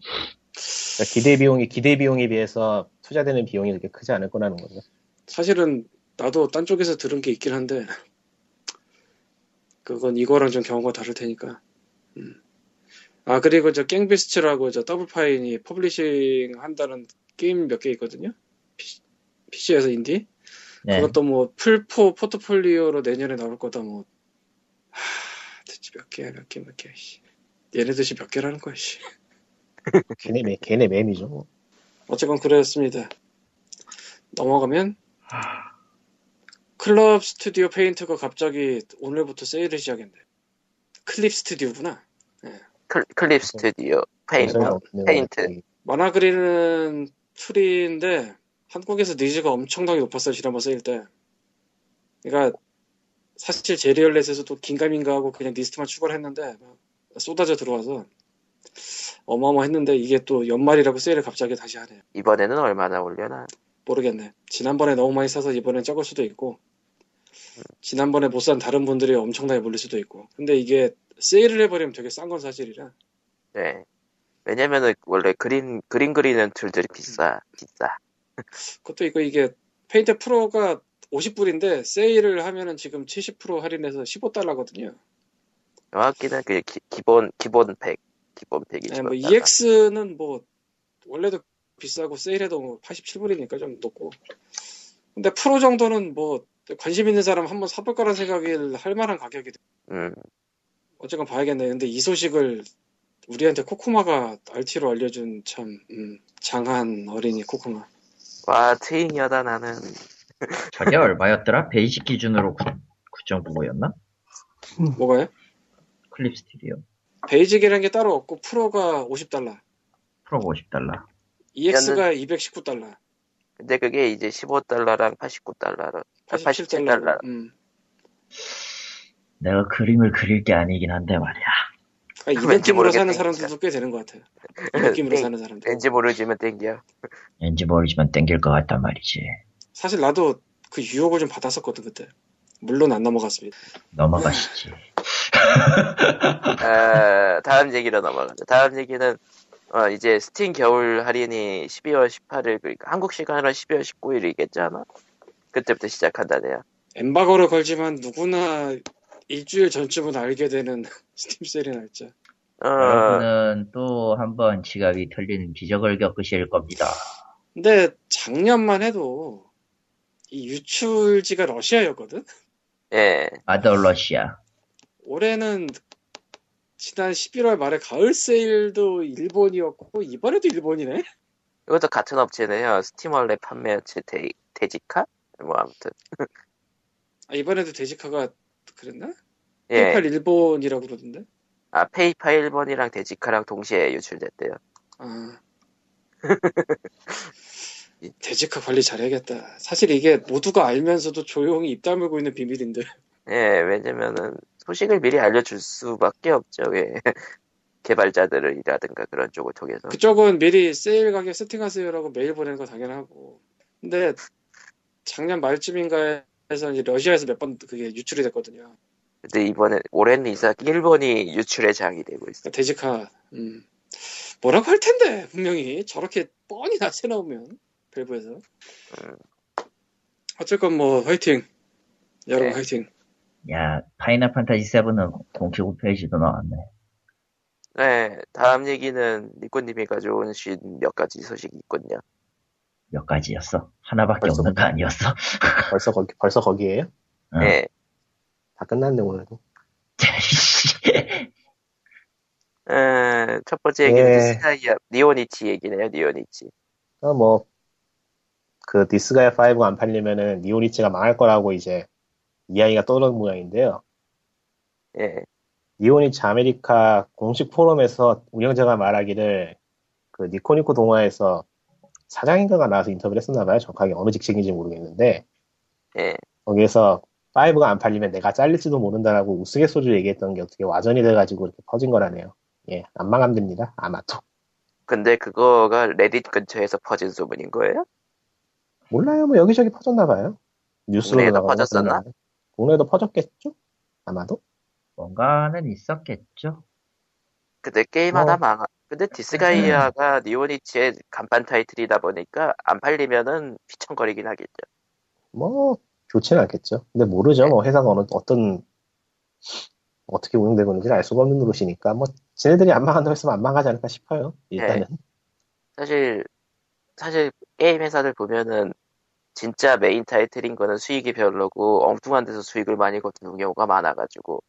Speaker 3: 그러니까 기대 비용이 기대 비용에 비해서 투자되는 비용이 그렇게 크지 않을 거라는 거죠.
Speaker 4: 사실은 나도 딴 쪽에서 들은 게 있긴 한데 그건 이거랑 좀 경우가 다를 테니까. 음. 아 그리고 저 갱비스트라고 저 더블파인이 퍼블리싱 한다는 게임 몇 개 있거든요. PC에서 인디.
Speaker 2: 네.
Speaker 4: 그것도 뭐 풀포 포트폴리오로 내년에 나올 거다 뭐. 하, 대체 몇 개야 몇 개 몇 개. 씨. 얘네들 씨몇 개라는 거야 씨.
Speaker 3: 걔네 매, 걔네 매미죠. 뭐.
Speaker 4: 어쨌건 그랬습니다. 넘어가면 클럽 스튜디오 페인트가 갑자기 오늘부터 세일을 시작했네. 클립 스튜디오구나.
Speaker 1: 클, 클립 스튜디오 페인트.
Speaker 3: 요새는 없는
Speaker 1: 페인트.
Speaker 3: 것 같아요.
Speaker 4: 만화 그리는 프리인데 한국에서 니즈가 엄청나게 높았어요 지난번 세일 때. 그러니까 사실 제리얼렛에서도 긴가민가하고 그냥 리스트만 추가를 했는데 막 쏟아져 들어와서 어마어마했는데 이게 또 연말이라고 세일을 갑자기 다시 하네요.
Speaker 1: 이번에는 얼마나 올려나?
Speaker 4: 모르겠네. 지난번에 너무 많이 사서 이번엔 적을 수도 있고, 지난번에 못 산 다른 분들이 엄청나게 몰릴 수도 있고. 근데 이게 세일을 해버리면 되게 싼 건 사실이라.
Speaker 1: 네. 왜냐면은 원래 그림 그림 그리는 툴들이 비싸 비싸.
Speaker 4: 그것도 있고 이게 페인트 프로가 50불인데 세일을 하면은 지금 70% 할인해서 15달러거든요.
Speaker 1: 정확히는 그 기, 본 기본 팩 기본 팩이
Speaker 4: 네, 뭐
Speaker 1: 지금
Speaker 4: EX는 뭐 원래도 비싸고 세일해도 뭐 87불이니까 좀 높고. 근데 프로 정도는 뭐 관심 있는 사람 한번 사볼 거란 생각을 할 만한 가격이
Speaker 1: 음,
Speaker 4: 어쨌건 봐야겠네. 근데 이 소식을 우리한테 코코마가 RT로 알려준 참 음, 장한 어린이 코코마.
Speaker 1: 와 트인이다 나는
Speaker 2: 저게 얼마였더라? 베이직 기준으로 9.95였나?
Speaker 4: 뭐가요?
Speaker 2: 클립 스튜디오.
Speaker 4: 베이직이라는 게 따로 없고 프로가 50달러,
Speaker 2: 프로 50달러.
Speaker 4: EX가 219달러,
Speaker 1: 근데 그게 이제 15달러랑 89달러로
Speaker 4: 87달러. 음.
Speaker 2: 내가 그림을 그릴 게 아니긴 한데 말이야.
Speaker 4: 그러니까 이
Speaker 1: 왠지
Speaker 4: 느낌으로
Speaker 1: 모르게
Speaker 4: 사는
Speaker 1: 땡기니까.
Speaker 4: 사람들도 꽤 되는 것
Speaker 1: <laughs>
Speaker 4: 같아요. 이그 느낌으로
Speaker 1: 땡-
Speaker 4: 사는 사람들.
Speaker 1: 왠지 모르지만 땡겨.
Speaker 2: 왠지 모르지만 땡길 것 같단 말이지.
Speaker 4: 사실 나도 그 유혹을 좀 받았었거든 그때. 물론 안 넘어갔습니다.
Speaker 2: 넘어가시지.
Speaker 1: 아, 다음 얘기로 넘어가죠. 다음 얘기는 어, 이제 스팀 겨울 할인이 12월 18일 그러니까 한국 시간으로 12월 19일이겠죠 아마. 그때부터 시작한다네요.
Speaker 4: 엠바고를 걸지만 누구나 일주일 전쯤은 알게 되는 <laughs> 스팀 세일의 날짜.
Speaker 1: 어,
Speaker 4: 아.
Speaker 2: 여러분은 또 한번 지갑이 털리는 기적을 겪으실 겁니다.
Speaker 4: 근데 작년만 해도 이 유출지가 러시아였거든?
Speaker 1: 예.
Speaker 2: 아더 러시아.
Speaker 4: 올해는 지난 11월 말에 가을 세일도 일본이었고 이번에도 일본이네?
Speaker 1: 이것도 같은 업체네요. 스팀원래 판매 업체 데, 데지카? 뭐 아무튼
Speaker 4: 아, 이번에도 데지카가 그랬나?
Speaker 1: 예.
Speaker 4: 페이팔 일본이라고 그러던데?
Speaker 1: 아 페이파 일본이랑 데지카랑 동시에 유출됐대요.
Speaker 4: 아. 이 데지카 관리 잘해야겠다. 사실 이게 모두가 알면서도 조용히 입 다물고 있는 비밀인데.
Speaker 1: 예. 왜냐면은 소식을 미리 알려줄 수밖에 없죠. 예. <laughs> 개발자들이라든가 그런 쪽을
Speaker 4: 어.
Speaker 1: 통해서.
Speaker 4: 그쪽은 미리 세일 가격 세팅하세요라고 메일 보내는 거 당연하고. 근데 작년 말쯤인가에 해서 이제 러시아에서 몇 번 그게 유출이 됐거든요.
Speaker 1: 근데 이번에 올해는 이상 일본이 유출의 장이 되고 있어.
Speaker 4: 그러니까 데지카, 음, 뭐라고 할 텐데 분명히 저렇게 뻔히 낮에 나오면 밸브에서. 어. 어쨌건 뭐 화이팅, 여러분
Speaker 1: 네.
Speaker 4: 화이팅.
Speaker 2: 야, 파이널 판타지 7은 동키고 페이지도 나왔네.
Speaker 1: 네, 다음 얘기는 니꼬님이 가져온 신 몇 가지 소식이 있군요.
Speaker 2: 몇 가지였어? 하나밖에
Speaker 3: 벌써-
Speaker 2: 없는 거 아니었어? <laughs>
Speaker 3: 벌써 거기 벌써 거기에요?
Speaker 2: 어.
Speaker 1: 네,
Speaker 3: 다 끝났네 오늘도.
Speaker 1: 음, 첫 번째 얘기는
Speaker 3: 예.
Speaker 1: 스타이아 니오니치 얘기네요, 니오니치.
Speaker 3: 어, 뭐, 그 디스가야 5가 안 팔리면은 니오니치가 망할 거라고 이제 이야기가 떠오르는 모양인데요.
Speaker 1: 예,
Speaker 3: 니오니치 아메리카 공식 포럼에서 운영자가 말하기를 그 니코니코 동화에서 사장인가가 나와서 인터뷰를 했었나 봐요. 정확하게 어느 직책인지 모르겠는데
Speaker 1: 예,
Speaker 3: 거기에서 5가 안 팔리면 내가 잘릴지도 모른다라고 우스갯소리로 얘기했던 게 어떻게 와전이 돼가지고 이렇게 퍼진 거라네요. 예, 안 망함됩니다. 아마도.
Speaker 1: 근데 그거가 레딧 근처에서 퍼진 소문인 거예요?
Speaker 3: 몰라요. 뭐 여기저기 퍼졌나 봐요. 뉴스로도
Speaker 1: 국내에도
Speaker 3: 나가고
Speaker 1: 퍼졌었나?
Speaker 3: 그랬는데. 국내에도 퍼졌겠죠? 아마도.
Speaker 2: 뭔가는 있었겠죠?
Speaker 1: 근데 게임
Speaker 3: 어.
Speaker 1: 하나 망, 근데 디스가이아가
Speaker 4: 음.
Speaker 1: 니오니치의 간판 타이틀이다 보니까 안 팔리면은 휘청거리긴 하겠죠.
Speaker 3: 뭐 좋지는 않겠죠. 근데 모르죠. 뭐 회사가 어느 어떤 어떻게 운영되고 있는지 알 수가 없는 노릇이니까 뭐 쟤네들이 안 망한다고 했으면 안 망하지 않을까 싶어요.
Speaker 1: 네.
Speaker 3: 일단은
Speaker 1: 사실, 사실 게임 회사들 보면은 진짜 메인 타이틀인 거는 수익이 별로고 엉뚱한 데서 수익을 많이 거두는 경우가 많아가지고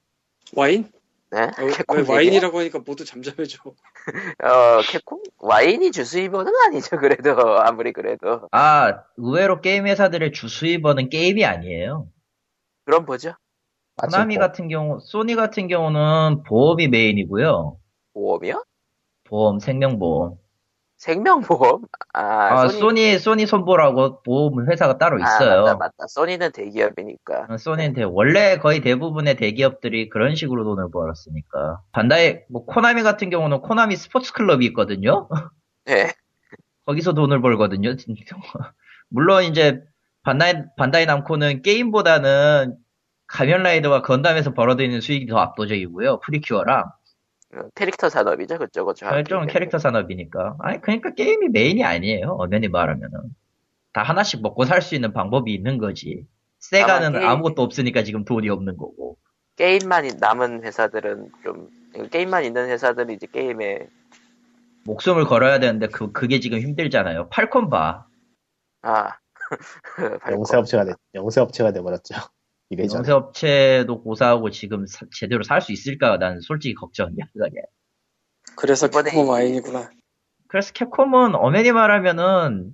Speaker 4: 와인?
Speaker 1: 네?
Speaker 4: 어, 왜
Speaker 1: 캡콤 얘기야?
Speaker 4: 와인이라고 하니까 모두 잠잠해져.
Speaker 1: 어, 캡콤? 와인이 주수입원은 아니죠, 그래도. <laughs> 아무리 그래도.
Speaker 2: 아, 의외로 게임 회사들의 주 수입원은 게임이 아니에요.
Speaker 1: 그럼 보죠.
Speaker 2: 코나미
Speaker 3: 뭐
Speaker 2: 같은 경우, 소니 같은 경우는 보험이 메인이고요.
Speaker 1: 보험이요?
Speaker 2: 보험, 생명보험.
Speaker 1: 생명보험? 아,
Speaker 2: 아,
Speaker 1: 소니.
Speaker 2: 소니, 소니 손보라고 보험 회사가 따로
Speaker 1: 아,
Speaker 2: 있어요.
Speaker 1: 맞다, 맞다. 소니는 대기업이니까.
Speaker 2: 어, 소니는 대- 원래 거의 대부분의 대기업들이 그런 식으로 돈을 벌었으니까. 반다이, 뭐, 코나미 같은 경우는 코나미 스포츠 클럽이 있거든요?
Speaker 1: 예.
Speaker 2: 거기서 돈을 벌거든요, 진짜. <laughs> 물론 이제, 반다이, 반다이 남코는 게임보다는 가면라이더와 건담에서 벌어들이는 수익이 더 압도적이고요. 프리큐어랑.
Speaker 1: 어, 캐릭터 산업이죠, 그쪽은 정확히.
Speaker 2: 결정은 캐릭터 산업이니까. 아니, 그러니까 게임이 메인이 아니에요. 엄연히 말하면은. 다 하나씩 먹고 살 수 있는 방법이 있는 거지. 세가는
Speaker 1: 게임-
Speaker 2: 아무것도 없으니까 지금 돈이 없는 거고.
Speaker 1: 게임만 이- 남은 회사들은 좀, 게임만 있는 회사들이 이제 게임에,
Speaker 2: 목숨을 걸어야 되는데 그, 그게 지금 힘들잖아요. 팔콘 봐.
Speaker 1: 아, <laughs> 발권.
Speaker 3: 영세 업체가 돼 영세 업체가 돼버렸죠. <laughs> 이래저래.
Speaker 2: 영세업체도 고사하고 지금 사- 제대로 살 수 있을까? 난 솔직히 걱정이야. 그게.
Speaker 4: 그래서
Speaker 1: 이번에
Speaker 4: 캡콤
Speaker 1: 이-
Speaker 4: 와인이구나.
Speaker 2: 그래서 캡콤은 엄연히 말하면은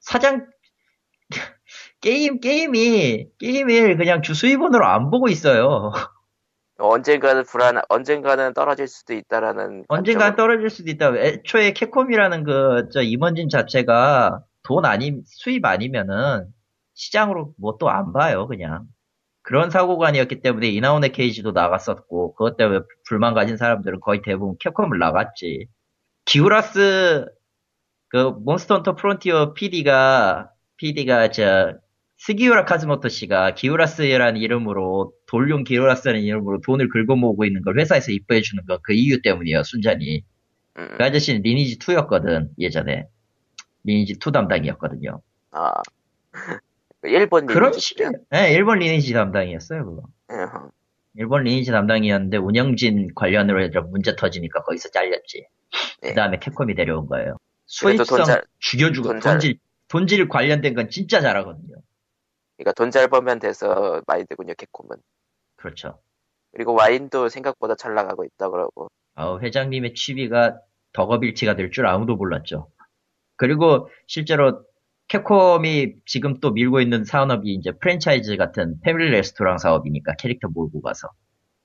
Speaker 2: 사장 <laughs> 게임 게임이 게임을 그냥 주수입원으로 안 보고 있어요.
Speaker 1: 언젠가는 불안, 언젠가는 떨어질 수도 있다라는.
Speaker 2: 언젠간
Speaker 1: 관점으로.
Speaker 2: 떨어질 수도 있다. 애초에 캡콤이라는 그, 저, 임원진 자체가 돈 아니, 수입 아니면은 시장으로 뭐 또 안 봐요, 그냥. 그런 사고관이었기 때문에 이나온의 케이지도 나갔었고 그것 때문에 불만 가진 사람들은 거의 대부분 캡콤을 나갔지. 기우라스 그 몬스터 헌터 프론티어 PD가 PD가 저 스기우라 카즈모토 씨가 기우라스라는 이름으로 돌룡 기우라스라는 이름으로 돈을 긁어모으고 있는 걸 회사에서 입부해 주는 건 그 이유 때문이에요 순전히
Speaker 1: 음.
Speaker 2: 그 아저씨는 리니지 2였거든 예전에 리니지 2 담당이었거든요
Speaker 1: 아. <laughs> 일본
Speaker 2: 그런
Speaker 1: 리니지
Speaker 2: 식의 네, 일본 리니지 담당이었어요 그거
Speaker 1: 예, 어.
Speaker 2: 일본 리니지 담당이었는데 운영진 관련으로 해서 문제 터지니까 거기서 잘렸지.
Speaker 1: 네.
Speaker 2: 그 다음에 캡콤이 데려온 거예요.
Speaker 1: 그래도 돈
Speaker 2: 수입성
Speaker 1: 잘-
Speaker 2: 죽여주고
Speaker 1: 돈 잘-
Speaker 2: 돈질 돈질 관련된 건 진짜 잘하거든요.
Speaker 1: 그러니까 돈 잘 벌면 돼서 많이 되군요 캡콤은
Speaker 2: 그렇죠.
Speaker 1: 그리고 와인도 생각보다 잘 나가고 있다 그러고
Speaker 2: 아, 회장님의 취미가 덕업일치가 될 줄 아무도 몰랐죠. 그리고 실제로 캡콤이 지금 또 밀고 있는 산업이 이제 프랜차이즈 같은 패밀리 레스토랑 사업이니까 캐릭터 몰고 가서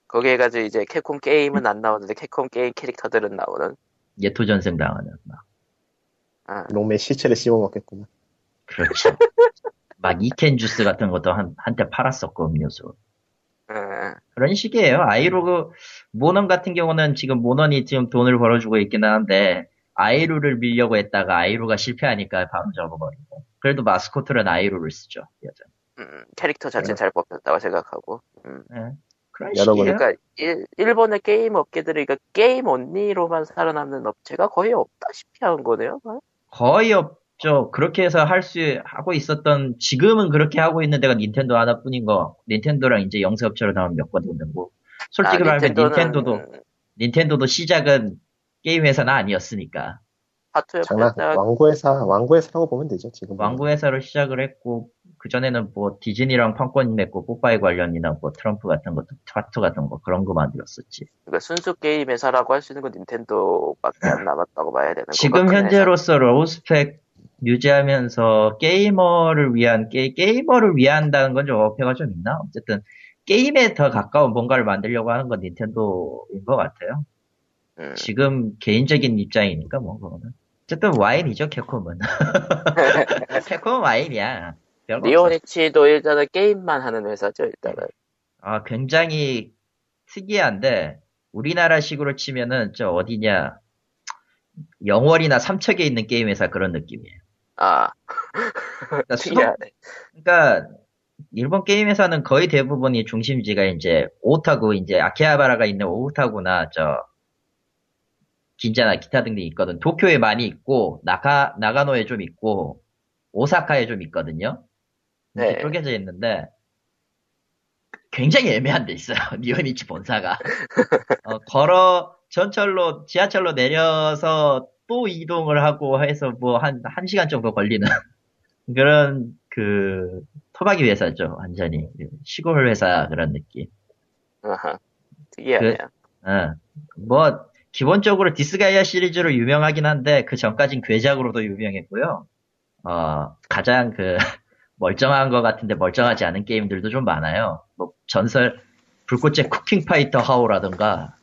Speaker 1: 거기에 가지고 이제 캡콤 게임은 안 나오는데 캡콤 게임 캐릭터들은 나오는
Speaker 2: 예토 전생 당하는 막
Speaker 1: 아,
Speaker 3: 롱맨 시체를 씹어 먹겠구만.
Speaker 2: 그렇죠. 막 이켄 주스 같은 것도 한, 한때 팔았었고, 음료수.
Speaker 1: 음,
Speaker 2: 그런 식이에요. 아이로그, 모넌 같은 경우는 지금 모넌이 지금 돈을 벌어주고 있긴 한데, 아이루를 밀려고 했다가 아이루가 실패하니까 바로 접어버리고. 그래도 마스코트는 아이루를 쓰죠, 여전.
Speaker 1: 음, 캐릭터
Speaker 2: 네.
Speaker 1: 자체는 잘 뽑혔다고 생각하고 음.
Speaker 2: 그런
Speaker 3: 여러분,
Speaker 2: 식이에요.
Speaker 1: 그러니까 일, 일본의 게임 업계들이 그러니까 게임 언니로만 살아남는 업체가 거의 없다시피 한 거네요 아,
Speaker 2: 거의 없죠. 그렇게 해서 할 수, 하고 있었던, 지금은 그렇게 하고 있는 데가 닌텐도 하나뿐인 거, 닌텐도랑 이제 영세업체로 나오면 몇 건도 되고.
Speaker 1: 아,
Speaker 2: 솔직히 말하면 아, 닌텐도도, 닌텐도도 시작은 게임 회사는 아니었으니까
Speaker 1: 파투에
Speaker 3: 장난.
Speaker 1: 팔렸다가
Speaker 3: 왕고회사, 왕고회사라고 보면 되죠, 지금.
Speaker 2: 왕구 회사로 시작을 했고 그 전에는 뭐 디즈니랑 판권 맺고 뽀빠이 관련이나 뭐 트럼프 같은 것도 트와트 같은 거 그런 거 만들었었지.
Speaker 1: 그러니까 순수 게임 회사라고 할 수 있는 건 닌텐도밖에 안 남았다고 봐야 되는 거
Speaker 2: 지금 현재로서 로우스펙 유지하면서 게이머를 위한 게, 게이머를 위한다는 건 좀 어폐가 좀 있나? 어쨌든 게임에 더 가까운 뭔가를 만들려고 하는 건 닌텐도인 것 같아요.
Speaker 1: 음.
Speaker 2: 지금 개인적인 입장이니까 뭐 그거는. 어쨌든 와인이죠 캡콤은. <laughs> 캡콤은 와인이야. 별거 없어.
Speaker 1: 니오니치도 일단은 게임만 하는 회사죠 일단은
Speaker 2: 아, 굉장히 특이한데, 우리나라식으로 치면은, 저 어디냐, 영월이나 삼척에 있는 게임 회사 그런 느낌이에요.
Speaker 1: 아
Speaker 2: 그러니까, 수도,
Speaker 1: 특이하네
Speaker 2: 그러니까 일본 게임 회사는 거의 대부분이 중심지가 이제 오타구, 이제 아키하바라가 있는 오타구나, 저, 긴자나 기타 등등 있거든. 도쿄에 많이 있고, 나가, 나가노에 좀 있고, 오사카에 좀 있거든요. 이렇게
Speaker 1: 네.
Speaker 2: 쪼개져 있는데, 굉장히 애매한 데 있어요. <laughs> 니오니치 본사가. 어, 걸어, 전철로, 지하철로 내려서 또 이동을 하고 해서 뭐 한, 한 시간 정도 걸리는 <laughs> 그런 그, 토박이 회사죠. 완전히. 시골 회사 그런 느낌.
Speaker 1: 아하, 특이하네요
Speaker 2: 어, 뭐, 기본적으로 디스가이아 시리즈로 유명하긴 한데, 그 전까진 괴작으로도 유명했고요. 어, 가장 그, <laughs> 멀쩡한 것 같은데 멀쩡하지 않은 게임들도 좀 많아요. 뭐, 전설, 불꽃의 쿠킹 파이터 하오라던가,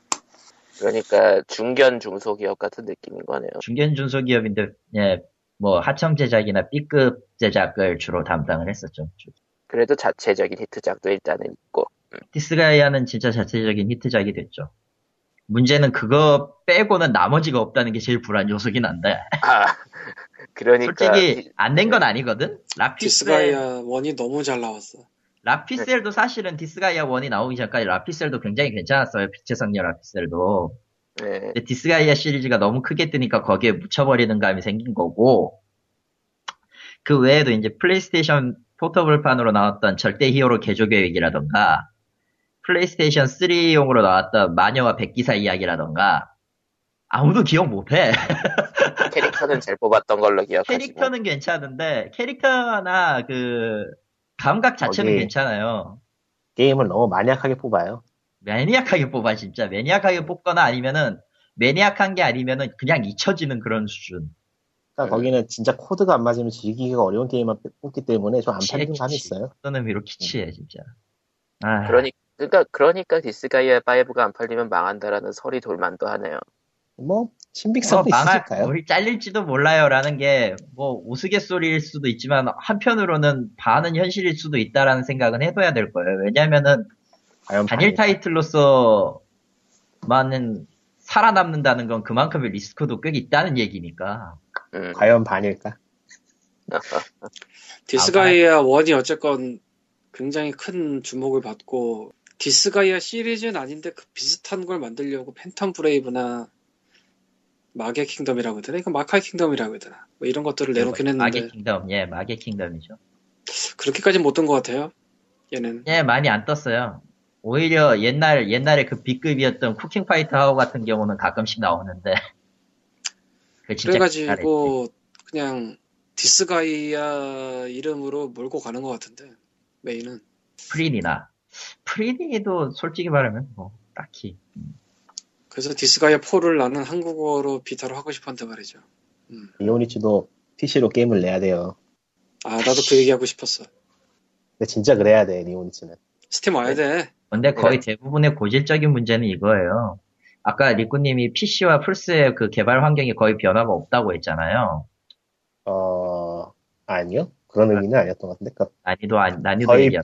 Speaker 1: 그러니까 중견 중소기업 같은 느낌인 거네요
Speaker 2: 중견 중소기업인데, 예, 뭐, 하청 제작이나 B급 제작을 주로 담당을 했었죠.
Speaker 1: 그래도 자체적인 히트작도 일단은 있고
Speaker 2: 디스가이아는 진짜 자체적인 히트작이 됐죠. 문제는 그거 빼고는 나머지가 없다는 게 제일 불안 요소긴 한데.
Speaker 1: 아 <laughs> 그러니까
Speaker 2: 솔직히
Speaker 1: 디-
Speaker 2: 안 된 건 아니거든. 라피셀
Speaker 4: 디스가이아 원이 너무 잘 나왔어.
Speaker 1: 네.
Speaker 2: 라피셀도 사실은 디스가이아 1이 나오기 전까지 라피셀도 굉장히 괜찮았어요. 빛의 성녀 라피셀도.
Speaker 1: 네,
Speaker 2: 근데 디스가이아 시리즈가 너무 크게 뜨니까 거기에 묻혀버리는 감이 생긴 거고. 그 외에도 이제 플레이스테이션 포터블판으로 나왔던 절대 히어로 개조 계획이라던가 플레이스테이션 3용으로 나왔던 마녀와 백기사 이야기라던가 아무도 기억
Speaker 3: <laughs>
Speaker 2: 못해.
Speaker 1: 캐릭터는 잘 뽑았던 걸로 기억하지만
Speaker 2: 캐릭터는 괜찮은데 캐릭터나 그 감각 자체는
Speaker 3: 거기-
Speaker 2: 괜찮아요.
Speaker 3: 게임을 너무 마니악하게 뽑아요.
Speaker 2: 매니악하게 뽑아 진짜 매니악하게 뽑거나 아니면은 매니악한 게 아니면은 그냥 잊혀지는 그런 수준. 네.
Speaker 3: 그러니까 거기는 진짜 코드가 안 맞으면 즐기기가 어려운 게임만 뽑기 때문에 좀 안
Speaker 2: 그치,
Speaker 3: 팔리는 감이
Speaker 2: 그치.
Speaker 3: 있어요.
Speaker 2: 어떤 의미로
Speaker 4: 음.
Speaker 2: 키치해 진짜. 아,
Speaker 1: 그러니, 그러니까 그러니까 디스가이아 5가 안 팔리면 망한다라는 설이 돌만도 하네요
Speaker 3: 뭐,
Speaker 2: 어,
Speaker 3: 신빙성이
Speaker 2: 망할,
Speaker 3: 있을까요?
Speaker 2: 우리 잘릴지도 몰라요라는 게, 뭐, 우스갯소리일 수도 있지만, 한편으로는 반은 현실일 수도 있다라는 생각은 해둬야 될 거예요. 왜냐면은,
Speaker 4: 그렇죠.
Speaker 3: 과연
Speaker 2: 단일
Speaker 3: 방일까?
Speaker 2: 타이틀로서만은 살아남는다는 건 그만큼의 리스크도 꽤 있다는 얘기니까.
Speaker 1: 음. <laughs>
Speaker 3: 과연 반일까?
Speaker 4: 디스가이아 1이 어쨌건 굉장히 큰 주목을 받고 디스가이아 시리즈는 아닌데 그 비슷한 걸 만들려고 팬텀 브레이브나 마계 킹덤이라고 해야 되나? 이거 마카이 킹덤이라고 해야 되나? 뭐 이런 것들을 내놓긴 했는데
Speaker 2: 네, 마계 킹덤, 예, 마계 킹덤이죠.
Speaker 4: 그렇게까지 못 든 것 같아요. 얘는
Speaker 2: 예, 많이 안 떴어요. 오히려 옛날, 옛날에 그 B급이었던 쿠킹 파이터 하우 같은 경우는 가끔씩 나오는데. <laughs> 그 진짜 잘했지.
Speaker 4: 그래가지고 그냥 디스가이아 이름으로 몰고 가는 것 같은데 메인은
Speaker 2: 프린이나. 프린이도 솔직히 말하면 뭐, 딱히.
Speaker 4: 그래서 디스가이아 4를 나는 한국어로 비타로 하고 싶었는데 말이죠. 음.
Speaker 3: 이오니치도 PC로 게임을 내야 돼요.
Speaker 4: 아 나도 그 얘기하고 싶었어.
Speaker 3: 근데 진짜 그래야 돼, 리오니치는.
Speaker 4: 스팀
Speaker 2: 네.
Speaker 4: 와야 돼.
Speaker 2: 근데 거의 대부분의 고질적인 문제는 이거예요. 아까 리꾸님이 PC와 플스의 그 개발 환경이 거의 변화가 없다고 했잖아요.
Speaker 3: 어, 아니요. 그런 의미는 아니었던 것 같은데. 그러니까
Speaker 2: 난이도, 안- 난이도
Speaker 3: 거의
Speaker 2: 얘기야.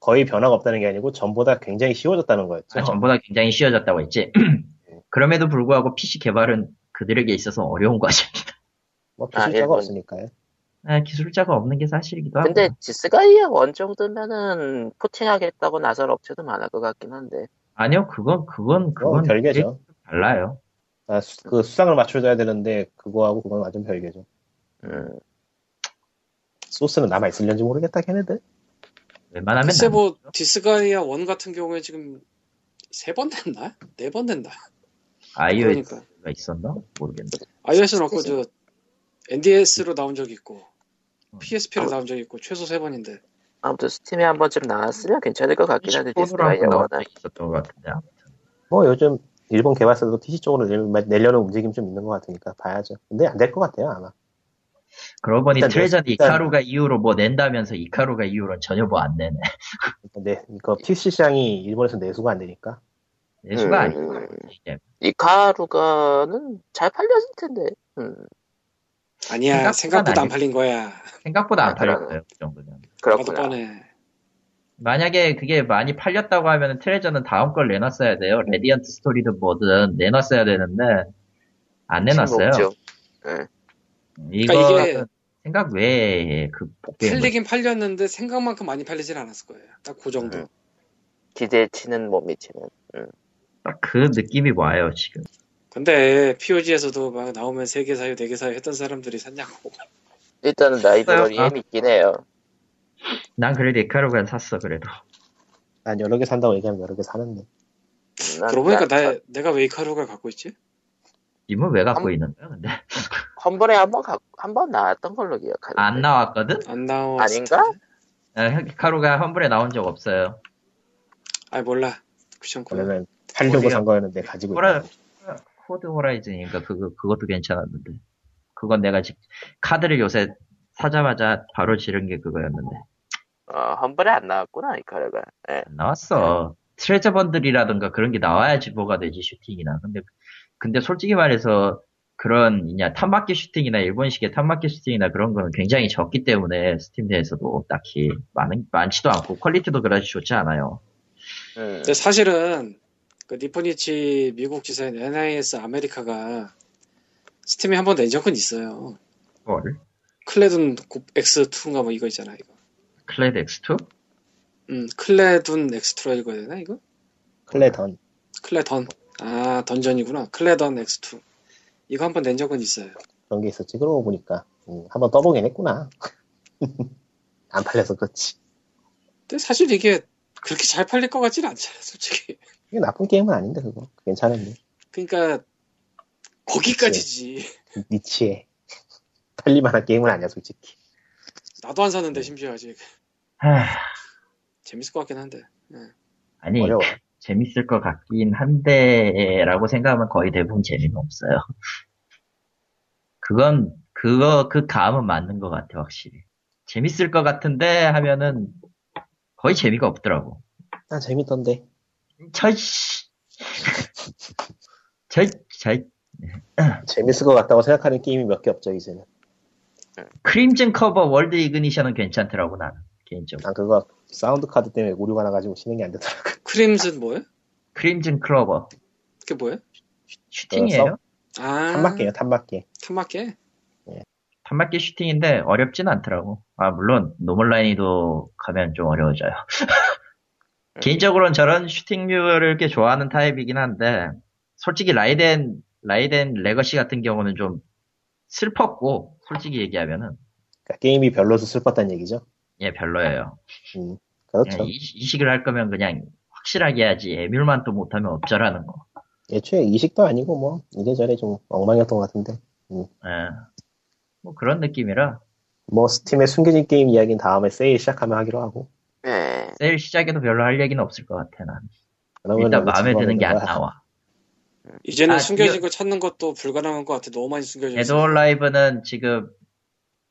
Speaker 3: 거의 변화가 없다는 게 아니고 전보다 굉장히 쉬워졌다는 거였죠.
Speaker 2: 아, 전보다 굉장히 쉬워졌다고 했지. <clears throat> 그럼에도 불구하고 PC 개발은 그들에게 있어서 어려운 과제입니다.
Speaker 3: 뭐
Speaker 1: 아,
Speaker 2: 예,
Speaker 3: 기술자가
Speaker 1: 일본.
Speaker 3: 없으니까요.
Speaker 2: <laughs> 아, 기술자가 없는 게 사실이기도 하고.
Speaker 1: 근데 디스가이아 원 정도면은 포팅하겠다고 나설 업체도 많을 것 같긴 한데
Speaker 2: 아니요, 그건, 그건,
Speaker 3: 그건
Speaker 2: 그건.
Speaker 3: 뭐,
Speaker 2: 예.
Speaker 3: 별개죠.
Speaker 2: 달라요.
Speaker 3: 아, 수, 그 수상을 맞춰줘야 되는데 그거하고 그건 완전 별개죠.
Speaker 1: 음,
Speaker 3: 소스는 남아 있을는지 모르겠다 걔네들.
Speaker 2: 웬만하면.
Speaker 4: 글쎄
Speaker 2: 남-
Speaker 4: 뭐 디스가이아 1 같은 경우에 지금 세 번 됐나? 네 번 됐나?
Speaker 2: iOS가
Speaker 4: 그러니까
Speaker 2: 있었나? 모르겠네.
Speaker 4: iOS는 없고
Speaker 1: 네.
Speaker 4: 저 NDS로 나온 적이 있고
Speaker 2: 음.
Speaker 4: PSP로 나온 적이 있고 최소 세 번인데
Speaker 1: 아무튼 스팀에 한 번쯤 나왔으면 괜찮을 것 같긴 한데
Speaker 2: 폰으로 한번
Speaker 1: 디스가이아
Speaker 2: 나온
Speaker 1: 원은
Speaker 2: 적이 있었던 것 같은데.
Speaker 3: 뭐 요즘 일본 개발사도 PC 쪽으로 내- 내려는 움직임 좀 있는 것 같으니까 봐야죠. 근데 안 될 것 같아요 아마.
Speaker 2: 그러고 보니
Speaker 3: 일단
Speaker 2: 트레저는
Speaker 3: 일단-
Speaker 2: 이카루가 이후로 뭐 낸다면서 이카루가 이후로 전혀 뭐 안 내네.
Speaker 3: 근데 이거 PC 시장이 일본에서 내수가 안 되니까.
Speaker 2: 내수가
Speaker 1: 음.
Speaker 2: 아니고. 이게
Speaker 1: 이카루가는 잘 팔렸을 텐데 음,
Speaker 2: 생각보다
Speaker 4: 아니야 생각보다 안
Speaker 2: 아니야.
Speaker 4: 팔린 거야.
Speaker 2: 생각보다 안
Speaker 1: 아, 그러네.
Speaker 2: 팔렸어요. 그 정도면.
Speaker 4: 나도
Speaker 1: 그렇구나
Speaker 4: 뻔해.
Speaker 2: 만약에 그게 많이 팔렸다고 하면 트레저는 다음 걸 내놨어야 돼요. 레디언트 스토리든 뭐든 내놨어야 되는데 안 내놨어요.
Speaker 1: 친목죠.
Speaker 2: 이거
Speaker 4: 그러니까 이게-
Speaker 2: 생각 외에 그 폭등을
Speaker 4: 팔리긴 팔렸는데 생각만큼 많이 팔리진 않았을 거예요. 딱 그 정도.
Speaker 1: 음. 기대치는 못 미치는
Speaker 2: 그 느낌이 와요 지금.
Speaker 4: 근데 POG에서도 막 나오면 세 개 사요, 네 개 사요 했던 사람들이 샀냐고.
Speaker 1: 그러니까 일단은 라이브러리에
Speaker 2: 아.
Speaker 1: 믿긴 해요
Speaker 2: 난 그래도 이카루가 샀어 그래도.
Speaker 3: 난 여러 개 산다고 얘기하면 여러 개 사는데.
Speaker 1: 음, 난
Speaker 4: 그러고 보니까
Speaker 1: 나-
Speaker 4: 나, 내가 왜 이카루가 갖고 있지?
Speaker 2: 님은 왜 갖고
Speaker 1: 한-
Speaker 2: 있는 거야 근데?
Speaker 1: 한 번에 한번한 번 나왔던 걸로 기억하는데
Speaker 2: 안 나왔거든?
Speaker 4: 안 나왔을
Speaker 1: 아닌가?
Speaker 4: 텐데.
Speaker 2: 아, 히카루가 환불에 나온 적 없어요.
Speaker 4: 아이 몰라. 쿠션코야.
Speaker 3: 원래는 팔려고
Speaker 2: 어디가-
Speaker 3: 산 거였는데 가지고
Speaker 2: 호라,
Speaker 3: 있다.
Speaker 2: 코드 호라이즌인가 그거 그것도 괜찮았는데 그건 내가 직 카드를 요새 사자마자 바로 지른 게 그거였는데
Speaker 1: 어, 한 번에 안 나왔구나 이카루가 예.
Speaker 2: 안 나왔어 트레저 번들이라든가 그런 게 나와야지 뭐가 되지 슈팅이나 근데 근데 솔직히 말해서 그런 이냐 탄막기 슈팅이나 일본식의 탄막기 슈팅이나 그런 거는 굉장히 적기 때문에 스팀 내에서도 딱히 많은 많지도 않고 퀄리티도 그다지 좋지 않아요
Speaker 1: 음.
Speaker 4: 근데 사실은 그 니포니치 미국 지사인 NIS 아메리카가 스팀에 한 번 낸 적은 있어요.
Speaker 2: 뭘
Speaker 4: 클레둔 X2인가 뭐 이거 있잖아 이거.
Speaker 2: 클레드 X2
Speaker 4: 음, 클레둔 X2라 읽어야 되나 이거?
Speaker 3: 클레던.
Speaker 4: 클레던. 아 던전이구나. 클레던 X2. 이거 한 번 낸 적은 있어요.
Speaker 3: 그런 게 있었지. 그러고 보니까 음, 한번 떠보긴 했구나. <laughs> 안 팔려서 그렇지.
Speaker 4: 근데 사실 이게 그렇게 잘 팔릴 것 같지는 않잖아 솔직히.
Speaker 3: 이게 나쁜 게임은 아닌데 그거. 괜찮은데.
Speaker 4: 그러니까 거기까지지.
Speaker 3: 니치에 팔릴만한 게임은 아니야 솔직히.
Speaker 4: 나도 안 샀는데
Speaker 3: 네.
Speaker 4: 심지어 아직
Speaker 2: 하,
Speaker 4: 재밌을 것 같긴 한데.
Speaker 2: 아니
Speaker 3: 어려워.
Speaker 2: 재밌을 것 같긴 한데라고 생각하면 거의 대부분 재미는 없어요. 그건 그거 그 감은 맞는 것 같아 확실히. 재밌을 것 같은데 하면은 거의 재미가 없더라고. <laughs>
Speaker 3: 난 재밌던데.
Speaker 2: 저씨, 저, 저,
Speaker 3: 재밌을 것 같다고 생각하는 게임이 몇 개 없죠 이제는.
Speaker 2: 크림즌 커버 월드 이그니션은 괜찮더라고 나는 개인적으로.
Speaker 3: 난 그거 사운드 카드 때문에 오류가 나가지고 진행이 안 되더라고.
Speaker 4: 크림슨 뭐예요?
Speaker 2: 크림즌 클로버
Speaker 4: 그게 뭐예요?
Speaker 2: 슈팅이에요.
Speaker 4: 아
Speaker 3: 탄막기예요 탄막기.
Speaker 4: 탄막계?
Speaker 2: 단막기 슈팅인데 어렵진 않더라고. 아 물론 노멀라인이도 가면 좀 어려워져요. <laughs>
Speaker 3: 네.
Speaker 2: 개인적으로는 저런 슈팅류를 꽤 좋아하는 타입이긴 한데 솔직히 라이덴 라이덴 레거시 같은 경우는 좀 슬펐고 솔직히 얘기하면은
Speaker 3: 그러니까 게임이 별로서 슬펐다는 얘기죠.
Speaker 2: 예 별로예요.
Speaker 3: 음, 그렇죠.
Speaker 2: 그냥 이- 이식을 할 거면 그냥 확실하게 해야지 애뮬만 또 못하면 없자라는 거.
Speaker 3: 애초에 이식도 아니고 뭐 이래저래 좀 엉망이었던 것 같은데.
Speaker 2: 예. 뭐 그런 느낌이라
Speaker 3: 뭐 스팀의 숨겨진 게임 이야기는 다음에 세일 시작하면 하기로 하고.
Speaker 1: 예.
Speaker 2: 세일 시작에도 별로 할 얘기는 없을 것 같아 난.
Speaker 3: 그러면
Speaker 2: 일단 마음에 드는 게 안
Speaker 3: 뭐 거야.
Speaker 2: 나와.
Speaker 4: 이제는
Speaker 2: 아,
Speaker 4: 숨겨진
Speaker 2: 이거-
Speaker 4: 거 찾는 것도 불가능한 것 같아. 너무 많이 숨겨져
Speaker 2: 데드
Speaker 4: 있어.
Speaker 2: 올 라이브는 지금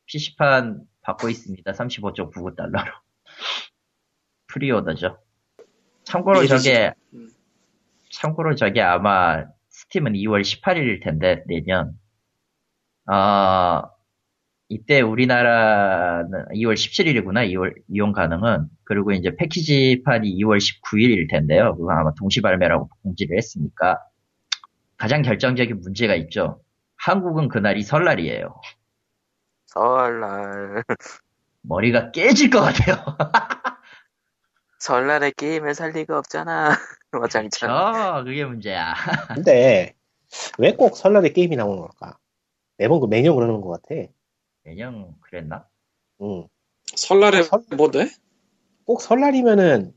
Speaker 2: PC판 받고 있습니다. 35.99달러로. <laughs> 프리오더죠. 참고로
Speaker 4: 미리
Speaker 2: 저게,
Speaker 4: 음.
Speaker 2: 참고로 저게 아마 스팀은 2월 18일일 텐데, 내년. 아, 이때 우리나라는 2월 17일이구나, 2월, 이용 가능은. 그리고 이제 패키지판이 2월 19일일 텐데요. 그건 아마 동시 발매라고 공지를 했으니까. 가장 결정적인 문제가 있죠. 한국은 그날이 설날이에요.
Speaker 1: 설날. <laughs>
Speaker 2: 머리가 깨질 것 같아요.
Speaker 1: 설날에 게임을 살 리가 없잖아. <laughs> 뭐 장창.
Speaker 2: 저 그게 문제야.
Speaker 3: 근데 왜 꼭 설날에 게임이 나오는 걸까? 매번 그 매년 그러는 것 같아.
Speaker 2: 내년 그랬나?
Speaker 3: 응.
Speaker 4: 설날에
Speaker 3: 설-
Speaker 4: 뭐 돼?
Speaker 3: 꼭 설날이면은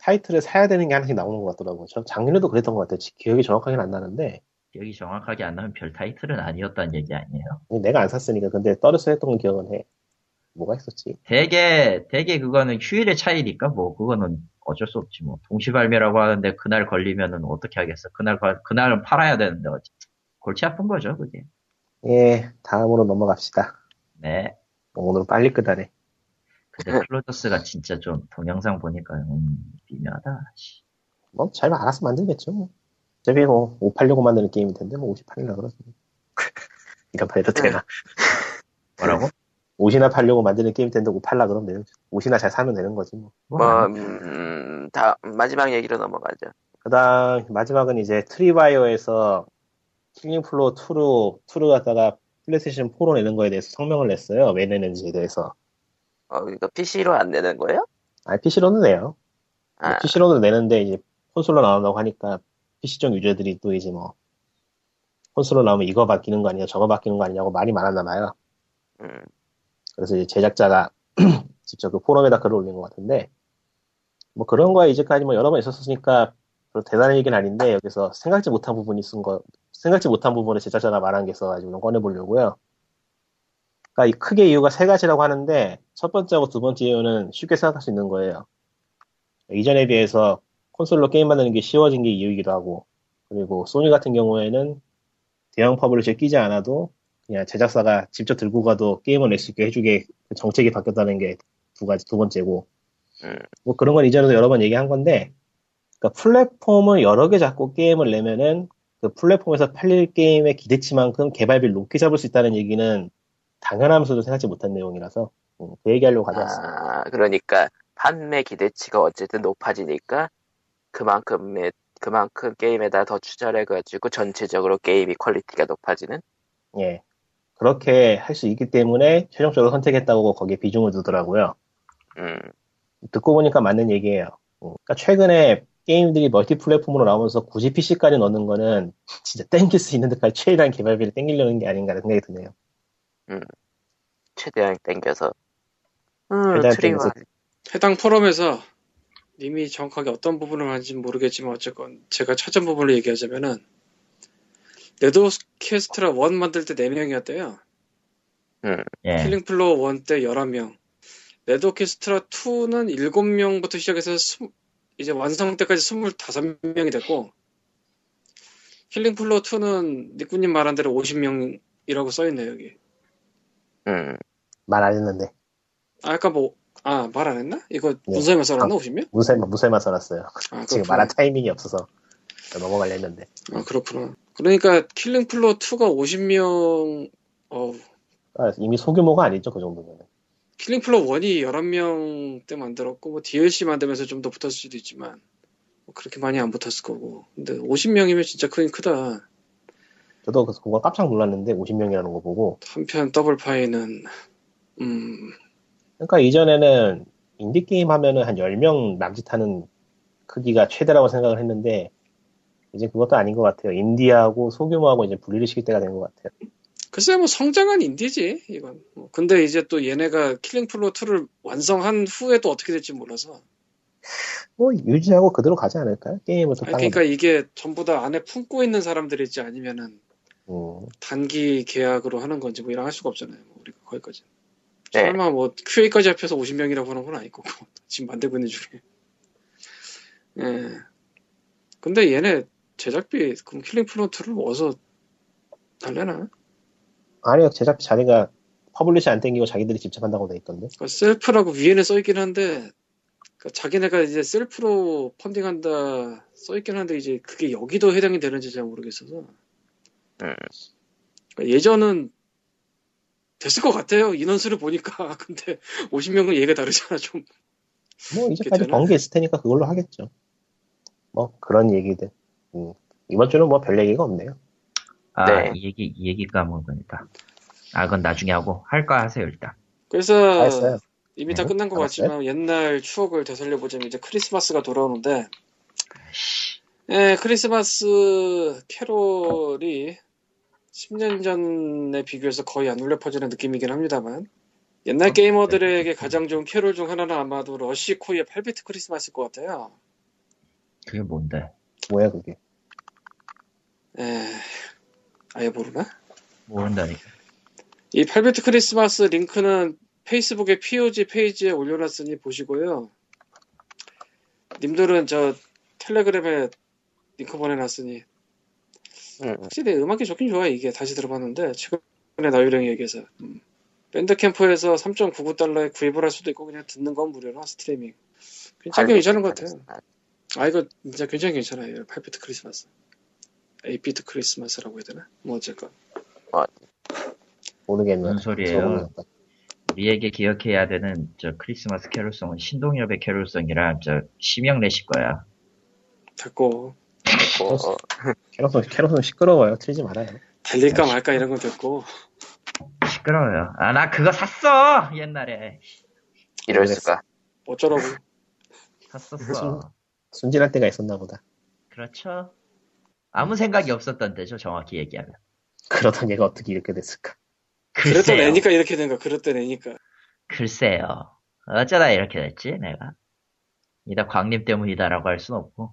Speaker 3: 타이틀을 사야 되는 게 하나씩 나오는 것 같더라고. 전 작년에도 그랬던 것 같아요. 지- 기억이 정확하게는 안 나는데
Speaker 2: 여기 정확하게 안 나면 별 타이틀은 아니었다는 얘기 아니에요.
Speaker 3: 예, 내가 안 샀으니까 근데 떨어서 했던 건 기억은 해. 뭐가 있었지?
Speaker 2: 되게 되게 그거는 휴일의 차이니까 뭐 그거는 어쩔 수 없지 뭐 동시 발매라고 하는데 그날 걸리면은 어떻게 하겠어? 그날 걸- 그날은 팔아야 되는데 어째 골치 아픈 거죠 그게.
Speaker 3: 예, 다음으로 넘어갑시다.
Speaker 2: 네.
Speaker 3: 오늘 빨리 끝하네.
Speaker 1: <laughs>
Speaker 2: 근데 클로저스가 진짜 좀 동영상 보니까 음 미묘하다. 씨.
Speaker 3: 뭐잘 알아서 만들겠죠. 뭐. 어차피 뭐 586고 만드는 게임일 텐데 뭐 58이라 그러지. <laughs> 이런 판에도 되나?
Speaker 2: 뭐라고?
Speaker 3: 옷이나 팔려고 만드는 게임일 텐데 58라 그러면 되는 거지. 옷이나 잘 사면 되는 거지 뭐.
Speaker 1: 뭐, 음, 다, 마지막 얘기로 넘어가죠.
Speaker 3: 그다음 마지막은 이제 트리바이어에서 킬링 플로 2로 2를 갖다가 플레이스테이션 4로 내는 거에 대해서 성명을 냈어요. 왜 내는지에 대해서.
Speaker 1: 어, 이거 PC로 안 내는 거예요?
Speaker 3: 아, PC로는 내요.
Speaker 2: 뭐
Speaker 1: 아,
Speaker 3: PC로는 내는데 이제 콘솔로 나온다고 하니까 PC쪽 유저들이 또 이제 뭐 콘솔로 나오면 이거 바뀌는 거 아니냐, 저거 바뀌는 거 아니냐고 말이 많았나 봐요.
Speaker 1: 음,
Speaker 3: 그래서 이제 제작자가 <clears throat> 직접 그 포럼에다 글을 올린 것 같은데 뭐 그런 거야 이제까지 뭐 여러 번 있었으니까 별로 대단한 얘기는 아닌데 여기서 생각지 못한 부분이 쓴 거 생각지 못한 부분을 제작자가 말한 게 있어가지고 좀 꺼내보려고요. 그러니까 이 크게 이유가 세 가지라고 하는데 첫 번째하고 두 번째 이유는 쉽게 생각할 수 있는 거예요. 이전에 비해서 콘솔로 게임 만드는 게 쉬워진 게 이유이기도 하고 그리고 소니 같은 경우에는 대형 퍼블리셔 끼지 않아도 그냥 제작사가 직접 들고 가도 게임을 낼 수 있게 해주게 그 정책이 바뀌었다는 게 두 가지 두 번째고
Speaker 1: 음.
Speaker 3: 뭐 그런 건 이전에도 여러 번 얘기한 건데 그러니까 플랫폼을 여러 개 잡고 게임을 내면은 그 플랫폼에서 팔릴 게임의 기대치만큼 개발비 를 높게 잡을 수 있다는 얘기는 당연하면서도 생각지 못한 내용이라서 음, 그 얘기하려고 가져왔어요.
Speaker 1: 아, 그러니까, 판매 기대치가 어쨌든 높아지니까, 그만큼의, 그만큼 게임에다 더 투자해가지고, 전체적으로 게임이 퀄리티가 높아지는?
Speaker 3: 예. 그렇게 할 수 있기 때문에 최종적으로 선택했다고 거기에 비중을 두더라고요.
Speaker 1: 음,
Speaker 3: 듣고 보니까 맞는 얘기예요. 어, 그러니까 최근에 게임들이 멀티 플랫폼으로 나오면서 굳이 PC까지 넣는 거는 <laughs> 진짜 땡길 수 있는 데까지 최대한 개발비를 땡기려는 게 아닌가라는 생각이 드네요.
Speaker 1: 최대한 땡겨서. 음,
Speaker 3: 최대한
Speaker 1: 트리와,
Speaker 4: 해당 포럼에서 님이 정확하게 어떤 부분을 하는지는 모르겠지만 어쨌건 제가 찾은 부분을 얘기하자면은 네드오케스트라 1 만들 때 4명이었대요.
Speaker 2: 예.
Speaker 4: 킬링 플로어 1 때 11명. 레드 오케스트라 2는 7명부터 시작해서 스- 이제 완성 때까지 25명이 됐고 킬링 플로어 2는 니꾸님 말한 대로 50명이라고 써 있네요, 여기.
Speaker 1: 음,
Speaker 3: 말 안 했는데
Speaker 4: 아, 아까 뭐 아 말 안 했나? 이거
Speaker 3: 네.
Speaker 4: 문서에만 써놨나 50명?
Speaker 3: 무쇠만 무쇠만 써놨어요. <laughs>
Speaker 4: 아,
Speaker 3: 지금
Speaker 4: 그렇구나.
Speaker 3: 말할 타이밍이 없어서 넘어가려 했는데.
Speaker 4: 아 그렇구나. 그러니까 킬링 플로 2가 50명 어
Speaker 3: 아, 이미 소규모가 아니죠, 그 정도면.
Speaker 4: 킬링 플로 1이 11명 때 만들었고 뭐 DLC 만들면서 좀 더 붙었을 수도 있지만 뭐 그렇게 많이 안 붙었을 거고. 근데 50명이면 진짜 크긴 크다.
Speaker 3: 저도 그래서 그거 깜짝 놀랐는데, 50명이라는 거 보고.
Speaker 4: 한편 더블 파이는 음
Speaker 3: 그러니까 이전에는 인디게임 하면은 한 10명 남짓하는 크기가 최대라고 생각을 했는데, 이제 그것도 아닌 것 같아요. 인디하고 소규모하고 이제 분리를 시킬 때가 된 것 같아요.
Speaker 4: 글쎄 뭐 성장한 인디지 이건. 뭐 근데 이제 또 얘네가 킬링 플로 2를 완성한 후에 또 어떻게 될지 몰라서.
Speaker 3: 뭐 유지하고 그대로 가지 않을까요? 게임을 더
Speaker 4: 아니,
Speaker 3: 다른
Speaker 4: 그러니까 이게 전부 다 안에 품고 있는 사람들이지 아니면은
Speaker 3: 거. 음.
Speaker 4: 단기 계약으로 하는 건지 뭐 이런 할 수가 없잖아요. 뭐 우리가 거기까지.
Speaker 1: 네.
Speaker 4: 설마 뭐 QA까지 합해서 50명이라고 하는 건 아닐 거고 <laughs> 지금 만들고 있는 중에. 예. 근데 얘네 제작비 그럼 킬링 플로트를 어서 달래나?
Speaker 3: 아니요, 제작비 자기가 퍼블리시 안 땡기고 자기들이 직접 한다고 돼 있던데.
Speaker 4: 그러니까 셀프라고 위에는 써 있긴 한데 그러니까 자기네가 이제 셀프로 펀딩한다 써 있긴 한데 이제 그게 여기도 해당이 되는지 잘 모르겠어서. 그러니까 예전은 됐을 것 같아요. 인원수를 보니까. <laughs> 근데 50명은 얘가 다르잖아, 좀.
Speaker 3: 뭐 이제까지
Speaker 4: 괜찮아요.
Speaker 3: 번 게 있을 테니까 그걸로 하겠죠. 뭐 그런 얘기들. 음. 이번 주는 뭐 별 얘기가 없네요.
Speaker 2: 아,
Speaker 1: 네.
Speaker 2: 이 얘기, 이 얘기 까먹은 거니까. 아, 그건 나중에 하고. 할 거 하세요, 일단.
Speaker 3: 다
Speaker 4: 그래서
Speaker 3: 했어요.
Speaker 4: 이미 다
Speaker 3: 네,
Speaker 4: 끝난 것
Speaker 3: 알았어요.
Speaker 4: 같지만 옛날 추억을 되살려보자면 이제 크리스마스가 돌아오는데 예, 크리스마스 캐롤이 10년 전에 비교해서 거의 안 울려 퍼지는 느낌이긴 합니다만 옛날 게이머들에게 가장 좋은 캐롤 중 하나는 아마도 러시 코이의 8비트 크리스마스일 것 같아요.
Speaker 2: 그게 뭔데?
Speaker 3: 뭐야 그게.
Speaker 4: 예, 아예 모르나?
Speaker 2: 모른다니까.
Speaker 4: 이 8비트 크리스마스 링크는 페이스북의 POG 페이지에 올려놨으니 보시고요. 님들은 저 텔레그램에 링크 보내놨으니
Speaker 1: 음,
Speaker 4: 확실히 음악이 좋긴 좋아 이게 다시 들어봤는데 최근에 나유령 얘기해서 음. 밴드 캠프에서 3.99달러에 구입을 할 수도 있고 그냥 듣는 건 무료라 스트리밍 괜찮긴 괜찮은 것 같아요. 아 이거 진짜 굉장히 괜찮아요. 8비트 크리스마스, 8비트 크리스마스라고 해야 되나? 뭐 어쨌건
Speaker 3: 모르겠네요.
Speaker 2: 무슨 소리예요?
Speaker 3: 저거는 뭐.
Speaker 2: 우리에게 기억해야 되는 저 크리스마스 캐롤송은 신동엽의 캐롤송이라 저 심영래 씨 거야.
Speaker 4: 됐고
Speaker 1: 어, 어,
Speaker 3: 캐럿은 캐럿은 시끄러워요. 틀지 말아요.
Speaker 4: 달릴까 말까 이런 건 됐고
Speaker 2: 시끄러워요. 아, 나 그거 샀어! 옛날에.
Speaker 1: 이럴 수가.
Speaker 4: 어쩌라고.
Speaker 2: 샀었어.
Speaker 3: 순진할 때가 있었나 보다. <laughs>
Speaker 2: 그렇죠. 아무 생각이 없었던데죠, 정확히 얘기하면.
Speaker 3: 그러던 얘가 어떻게 이렇게 됐을까?
Speaker 4: 그랬던
Speaker 2: 글쎄요.
Speaker 4: 애니까 이렇게 된거 그랬던 애니까
Speaker 2: 글쎄요. 어쩌다 이렇게 됐지, 내가. 이다 광림 때문이다라고 할 순 없고.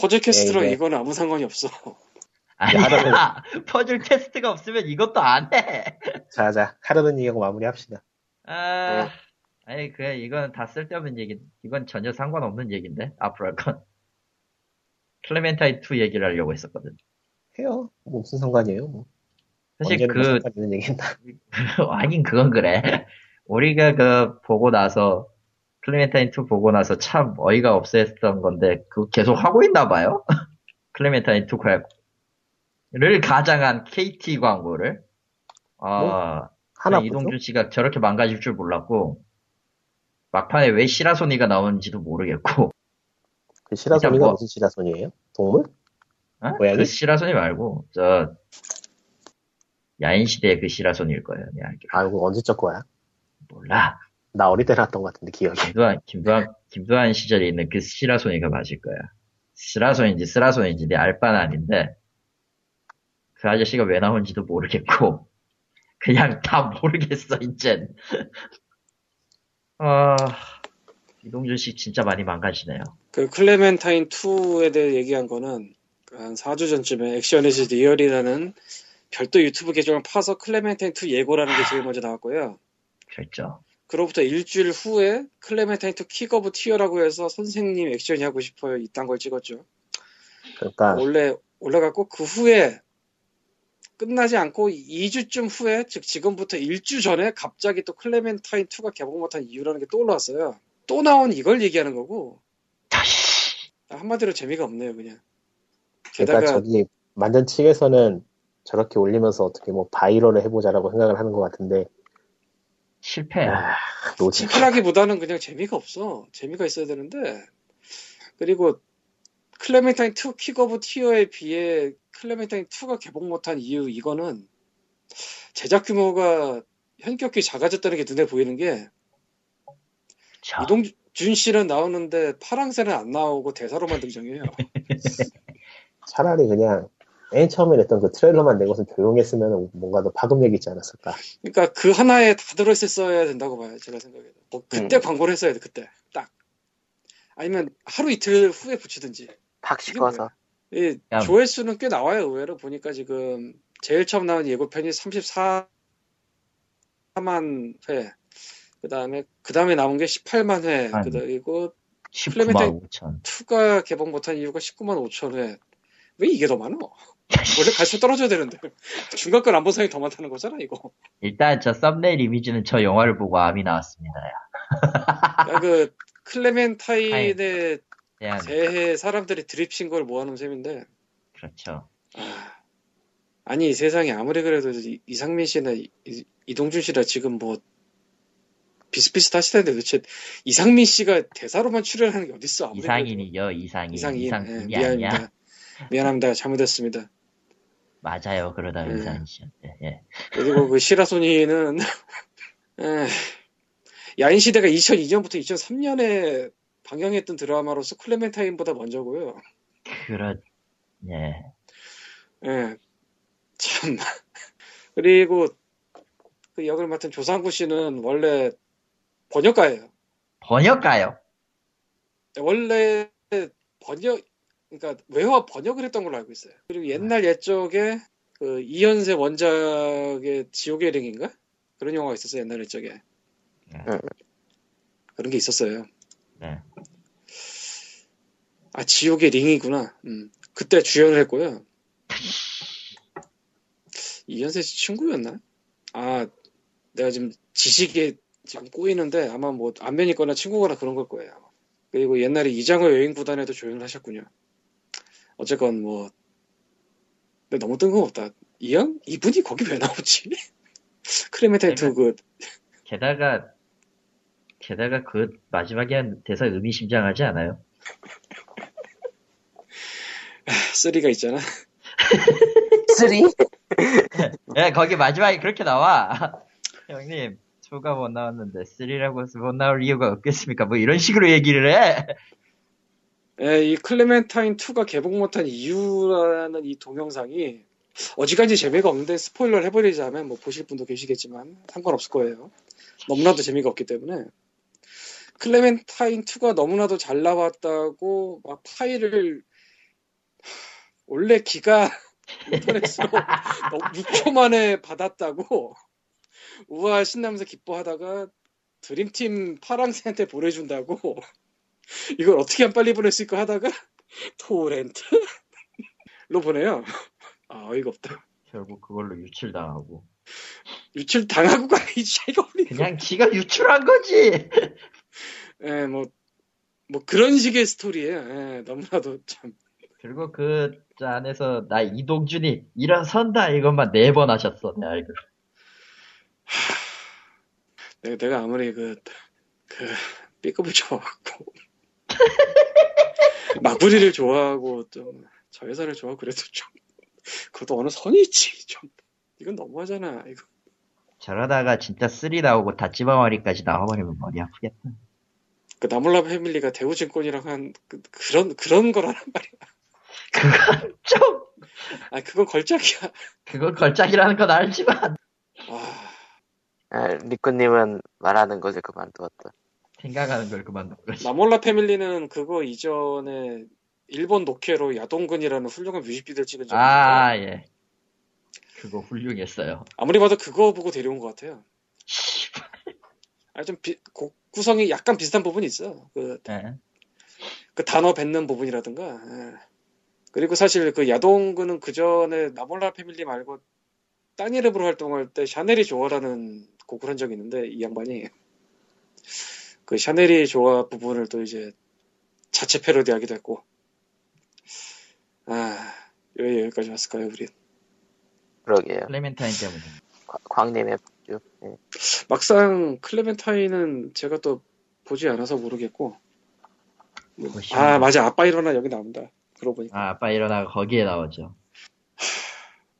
Speaker 4: 퍼즐캐스트랑
Speaker 3: 네, 네.
Speaker 4: 이거는 아무 상관이 없어 <laughs>
Speaker 2: 아니야!
Speaker 4: 뭐-
Speaker 2: 퍼즐 테스트가 없으면 이것도 안 해!
Speaker 3: 자자 하려던 얘기하고 마무리합시다.
Speaker 2: 아,
Speaker 1: 어.
Speaker 2: 아니 그 이건 다 쓸데없는 얘기. 이건 전혀 상관없는 얘기인데 앞으로 할 건. <laughs> 클레멘타인 2 얘기를 하려고 했었거든.
Speaker 3: 해요. 뭐 무슨 상관이에요? 뭐.
Speaker 2: 사실
Speaker 3: 언제나
Speaker 2: <laughs> 그
Speaker 3: 상관 있는 얘기인데.
Speaker 2: 아닌 그건 그래. 우리가 그 보고 나서 클레멘타인 2 보고 나서 참 어이가 없었던 건데 그 계속 하고 있나 봐요. <laughs> 클레멘타인 2 광고를 가장한 KT 광고를. 아,
Speaker 3: 뭐? 하나 보죠.
Speaker 2: 이동준 씨가 저렇게 망가질 줄 몰랐고 막판에 왜 시라소니가 나오는지도 모르겠고. <laughs>
Speaker 3: 그 시라소니가
Speaker 2: 일단 뭐-
Speaker 3: 무슨 시라소니예요? 동물?
Speaker 2: 어?
Speaker 3: 고양이?
Speaker 2: 그 시라손이 말고 저 야인시대의 그 시라손일 거예요. 야,
Speaker 3: 아 이거 언제적 거야?
Speaker 2: 몰라.
Speaker 3: 나 어릴 때 나왔던 것 같은데 기억이.
Speaker 2: 김두한 김두한 김두한 시절에 있는 그 시라손이가 맞을 거야. 시라손인지 스라손인지 내 알바는 아닌데 그 아저씨가 왜 나온지도 모르겠고 <laughs> 그냥 다 모르겠어 이젠. <laughs> 아 이동준 씨 진짜 많이 망가지네요.
Speaker 4: 그 클레멘타인 2에 대해 얘기한 거는 한 4주 전쯤에 액션 이즈 리얼이라는 별도 유튜브 계정을 파서 클레멘타인 2 예고라는 게 제일 먼저 나왔고요.
Speaker 2: 그랬죠.
Speaker 4: 그로부터 일주일 후에 클레멘타인 2 킥오브 티어라고 해서 선생님 액션이 하고 싶어요 이딴 걸 찍었죠.
Speaker 3: 그러니까
Speaker 4: 원래 올라갔고 그 후에 끝나지 않고 2주쯤 후에 즉 지금부터 1주 전에 갑자기 또 클레멘타인 2가 개봉 못한 이유라는 게 또 올라왔어요. 또 나온 이걸 얘기하는 거고
Speaker 2: 다시
Speaker 4: 한마디로 재미가 없네요 그냥.
Speaker 3: 그러니까
Speaker 4: 게다가
Speaker 3: 저기 만든 측에서는 저렇게 올리면서 어떻게 뭐 바이럴을 해보자라고 생각을 하는 것 같은데
Speaker 2: 실패.
Speaker 4: 네.
Speaker 3: 아, 노지.
Speaker 4: 칭찬하기보다는 그냥 재미가 없어. 재미가 있어야 되는데. 그리고 클레멘타인 2 킥오브 티어에 비해 클레멘타인 2가 개봉 못한 이유 이거는 제작 규모가 현격히 작아졌다는 게 눈에 보이는 게
Speaker 2: 자,
Speaker 4: 이동준 씨는 나오는데 파랑새는 안 나오고 대사로만 등장해요.
Speaker 3: 차라리 그냥 맨 처음에 냈던 그 트레일러만 내고서 조용했으면 뭔가 더 파급력이 있지 않았을까.
Speaker 4: 그러니까 그 하나에 다 들어있었어야 된다고 봐요. 제가 생각해도. 뭐 그때
Speaker 1: 음.
Speaker 4: 광고를 했어야 돼. 그때 딱. 아니면 하루 이틀 후에 붙이든지.
Speaker 1: 팍
Speaker 4: 이게
Speaker 1: 식어서.
Speaker 4: 이
Speaker 2: 야.
Speaker 4: 조회수는 꽤 나와요 의외로 보니까 지금 제일 처음 나온 예고편이 34만 회 그다음에 그다음에 나온 게 18만 회
Speaker 2: 아니.
Speaker 4: 그리고
Speaker 2: 19만 5천.
Speaker 4: 2가 개봉 못한 이유가 19만 5천 회왜 이게 더 많어? 원래 갈수록 떨어져야 되는데 <laughs> 중간 건 안 본 사람이 더 많다는 거잖아 이거
Speaker 2: 일단 저 썸네일 이미지는 저 영화를 보고 암이 나왔습니다. 야.
Speaker 4: 야, 그 클레멘타인의
Speaker 2: 그냥
Speaker 4: 대해 사람들이 드립친 걸 모아놓은 셈인데
Speaker 2: 그렇죠.
Speaker 4: 아, 아니 이 세상에 아무리 그래도 이- 이상민 씨나 이- 이- 이동준 씨나 지금 뭐 비슷비슷하실 텐데 도대체 이상민 씨가 대사로만 출연하는 게 어딨어 아무리
Speaker 2: 이상인이요, 이상인.
Speaker 4: 그래도. 이상인
Speaker 2: 이상인이
Speaker 4: 예,
Speaker 2: 아니야.
Speaker 4: 미안합니다 미안합니다 잘못했습니다
Speaker 2: 맞아요. 그러다
Speaker 4: 음.
Speaker 2: 이상인 씨한테. 예.
Speaker 4: 그리고 그 시라소니는 <laughs> 에, 야인시대가 2002년부터 2003년에 방영했던 드라마로서 클레멘타인보다 먼저고요
Speaker 2: 그렇, 예.
Speaker 4: 예. 참. <laughs> 그리고 그 역을 맡은 조상구 씨는 원래 번역가예요.
Speaker 2: 번역가요.
Speaker 4: 원래 번역, 그러니까 외화 번역을 했던 걸로 알고 있어요. 그리고 옛날 옛적에 그 이현세 원작의 지옥의 링인가? 그런 영화가 있었어요, 옛날 옛적에.
Speaker 1: 응.
Speaker 4: 그런 게 있었어요.
Speaker 2: 네.
Speaker 4: 아, 지옥의 링이구나. 음. 그때 주연을 했고요. 이현세 씨 친구였나? 아, 내가 지금 지식에 지금 꼬이는데 아마 뭐 안면이거나 친구거나 그런 걸 거예요. 아마. 그리고 옛날에 이장호 여행구단에도 조연을 하셨군요. 어쨌건 뭐, 근데 너무 뜬금없다. 이양 이분이 거기 왜 나오지? <laughs> 크레메타이트 그
Speaker 2: 게다가, 게다가 그 마지막에 한 대사 의미심장하지 않아요?
Speaker 4: 쓰리가 있잖아.
Speaker 1: 쓰리?
Speaker 2: 예, 거기 마지막에 그렇게 나와. <laughs> 형님, 2가 못 나왔는데 3라고 해서 못 나올 이유가 없겠습니까? 뭐 이런 식으로 얘기를 해.
Speaker 4: 예, 이 클레멘타인 2가 개봉 못한 이유라는 이 동영상이 어지간히 재미가 없는데 스포일러를 해버리자면 뭐 보실 분도 계시겠지만 상관없을 거예요. 너무나도 재미가 없기 때문에 클레멘타인 2가 너무나도 잘 나왔다고 막 파일을 원래 기가 <laughs> 인터넷으로 6초 만에 받았다고 우와 신나면서 기뻐하다가 드림팀 파랑새한테 보내준다고 이걸 어떻게 하면 빨리 보낼 수 있고 하다가 <laughs> 토렌트로 보내요. 아 어이가 없다.
Speaker 2: 결국 그걸로 유출당하고.
Speaker 4: 유출 당하고가 이 차이가 없니?
Speaker 2: 그냥 지가 유출한 거지! <laughs>
Speaker 4: 예, 뭐, 뭐 그런 식의 스토리예요. 예, 너무나도 참.
Speaker 2: 그리고 그 안에서 나 이동준이 이런 선다 이것만 네 번 하셨어 내가 알기로
Speaker 4: 내가, 내가 아무리 그, 그, 삐급을 좋아하고, 마구리를 좋아하고, 좀, 저 회사를 좋아하고, 그래도 좀, 그것도 어느 선이 있지, 좀. 이건 너무하잖아, 이거.
Speaker 2: 저러다가 진짜 쓰리 나오고 다찌방머리까지 나와버리면 머리 아프겠다
Speaker 4: 그 나몰라 패밀리가 대우증권이라고 한, 그, 그런, 그런 거란 말이야.
Speaker 2: 그건 좀
Speaker 4: 아, 그건 걸작이야.
Speaker 2: 그건 걸작이라는 건 알지만 <laughs>
Speaker 4: 아,
Speaker 1: 아, 리코님은 말하는 것을 그만두었다.
Speaker 2: 생각하는 걸 그만둔 거지
Speaker 4: 나몰라 패밀리는 그거 이전에 일본 노케로 야동근이라는 훌륭한 뮤직비디오를 찍은 적이 있고,
Speaker 2: 아예 그거 훌륭했어요
Speaker 4: 아무리 봐도 그거 보고 데려온 것 같아요. 아, 좀 비- 곡 구성이 약간 비슷한 부분이 있어. 그,
Speaker 2: 예.
Speaker 4: 그 단어 뱉는 부분이라든가. 예. 그리고 사실 그 야동근은 그 전에 나몰라 패밀리 말고 딴 이름으로 활동할 때 샤넬이 좋아라는 곡을 한 적이 있는데 이 양반이 그 샤넬이 좋아 부분을 또 이제 자체 패러디하기도 했고 아, 왜 여기까지 왔을까요, 우리?
Speaker 1: 그러게요.
Speaker 2: 클레멘타인 때문에.
Speaker 1: 광- 광님의 폭주. 예.
Speaker 4: 막상 클레멘타인은 제가 또 보지 않아서 모르겠고.
Speaker 2: 보시면-
Speaker 4: 아, 맞아. 아빠 일어나 여기 나온다. 그러고 보니까.
Speaker 2: 아, 아빠 일어나고 거기에 나오죠.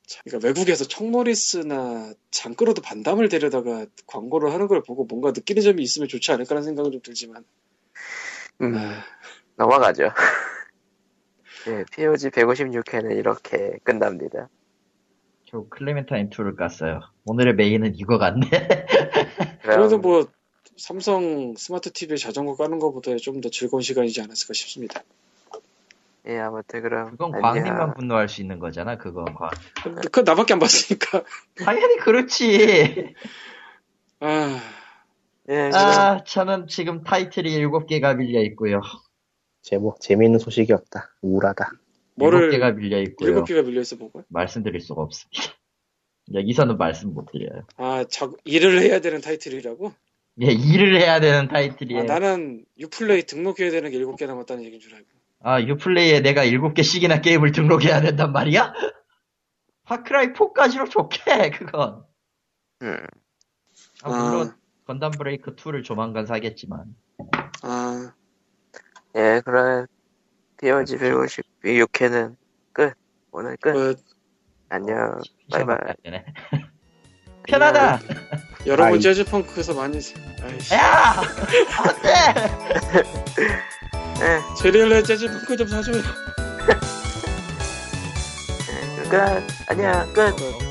Speaker 4: 참, 그러니까 외국에서 청노리스나 장크로드 반담을 데려다가 광고를 하는 걸 보고 뭔가 느끼는 점이 있으면 좋지 않을까라는 생각은 좀 들지만.
Speaker 1: 음,
Speaker 4: 아,
Speaker 1: 넘어가죠. <laughs> 예, POG 156회는 이렇게 끝납니다.
Speaker 2: 결국 클레멘타인 2를 깠어요. 오늘의 메인은 이거 같네.
Speaker 1: 그럼
Speaker 4: 그래도 뭐 삼성 스마트 TV에 자전거 까는 것보다 좀 더 즐거운 시간이지 않았을까 싶습니다.
Speaker 1: 예, 아무튼 그럼
Speaker 2: 그건
Speaker 1: 안녕.
Speaker 2: 광님만 분노할 수 있는 거잖아, 그건 광.
Speaker 4: 그 나밖에 안 봤으니까.
Speaker 2: 당연히 그렇지.
Speaker 4: 아,
Speaker 1: 예, 그럼
Speaker 2: 아, 저는 지금 타이틀이 7개가 밀려 있고요.
Speaker 3: 제목 재미있는 소식이 없다. 우울하다.
Speaker 4: 뭐를
Speaker 2: 7개가 밀려 있고요.
Speaker 4: 일곱 개가 밀려 있어 보고.
Speaker 2: 말씀드릴 수가 없습니다. 여기서는 말씀 못 드려요.
Speaker 4: 아, 자, 일을 해야 되는 타이틀이라고?
Speaker 2: 예, 일을 해야 되는
Speaker 4: 아,
Speaker 2: 타이틀이에요.
Speaker 4: 나는 유플레이 등록해야 되는 게 일곱 개 남았다는 얘기인 줄 알고.
Speaker 2: 아, 유플레이에 내가 7개씩이나 게임을 등록해야 된단 말이야? 파크라이 4까지로 좋게, 그건.
Speaker 1: 음,
Speaker 2: 아, 물론, 건담 브레이크 2를 조만간 사겠지만.
Speaker 4: 아,
Speaker 1: 예, 그럼 POG
Speaker 2: 아, 그렇죠.
Speaker 1: 156회는 끝. 오늘 끝.
Speaker 4: 뭐,
Speaker 1: 안녕.
Speaker 2: 시험
Speaker 1: 바이바이.
Speaker 2: 안 되네. 편하다!
Speaker 4: 여러분
Speaker 3: 아이.
Speaker 4: 재즈 펑크에서 많이 아이씨.
Speaker 2: 야! 안 돼!
Speaker 1: 예,
Speaker 4: 제리얼레 재즈 펑크 좀 사줘요.
Speaker 1: 예, 끝. 안녕. 끝.
Speaker 4: 뭐,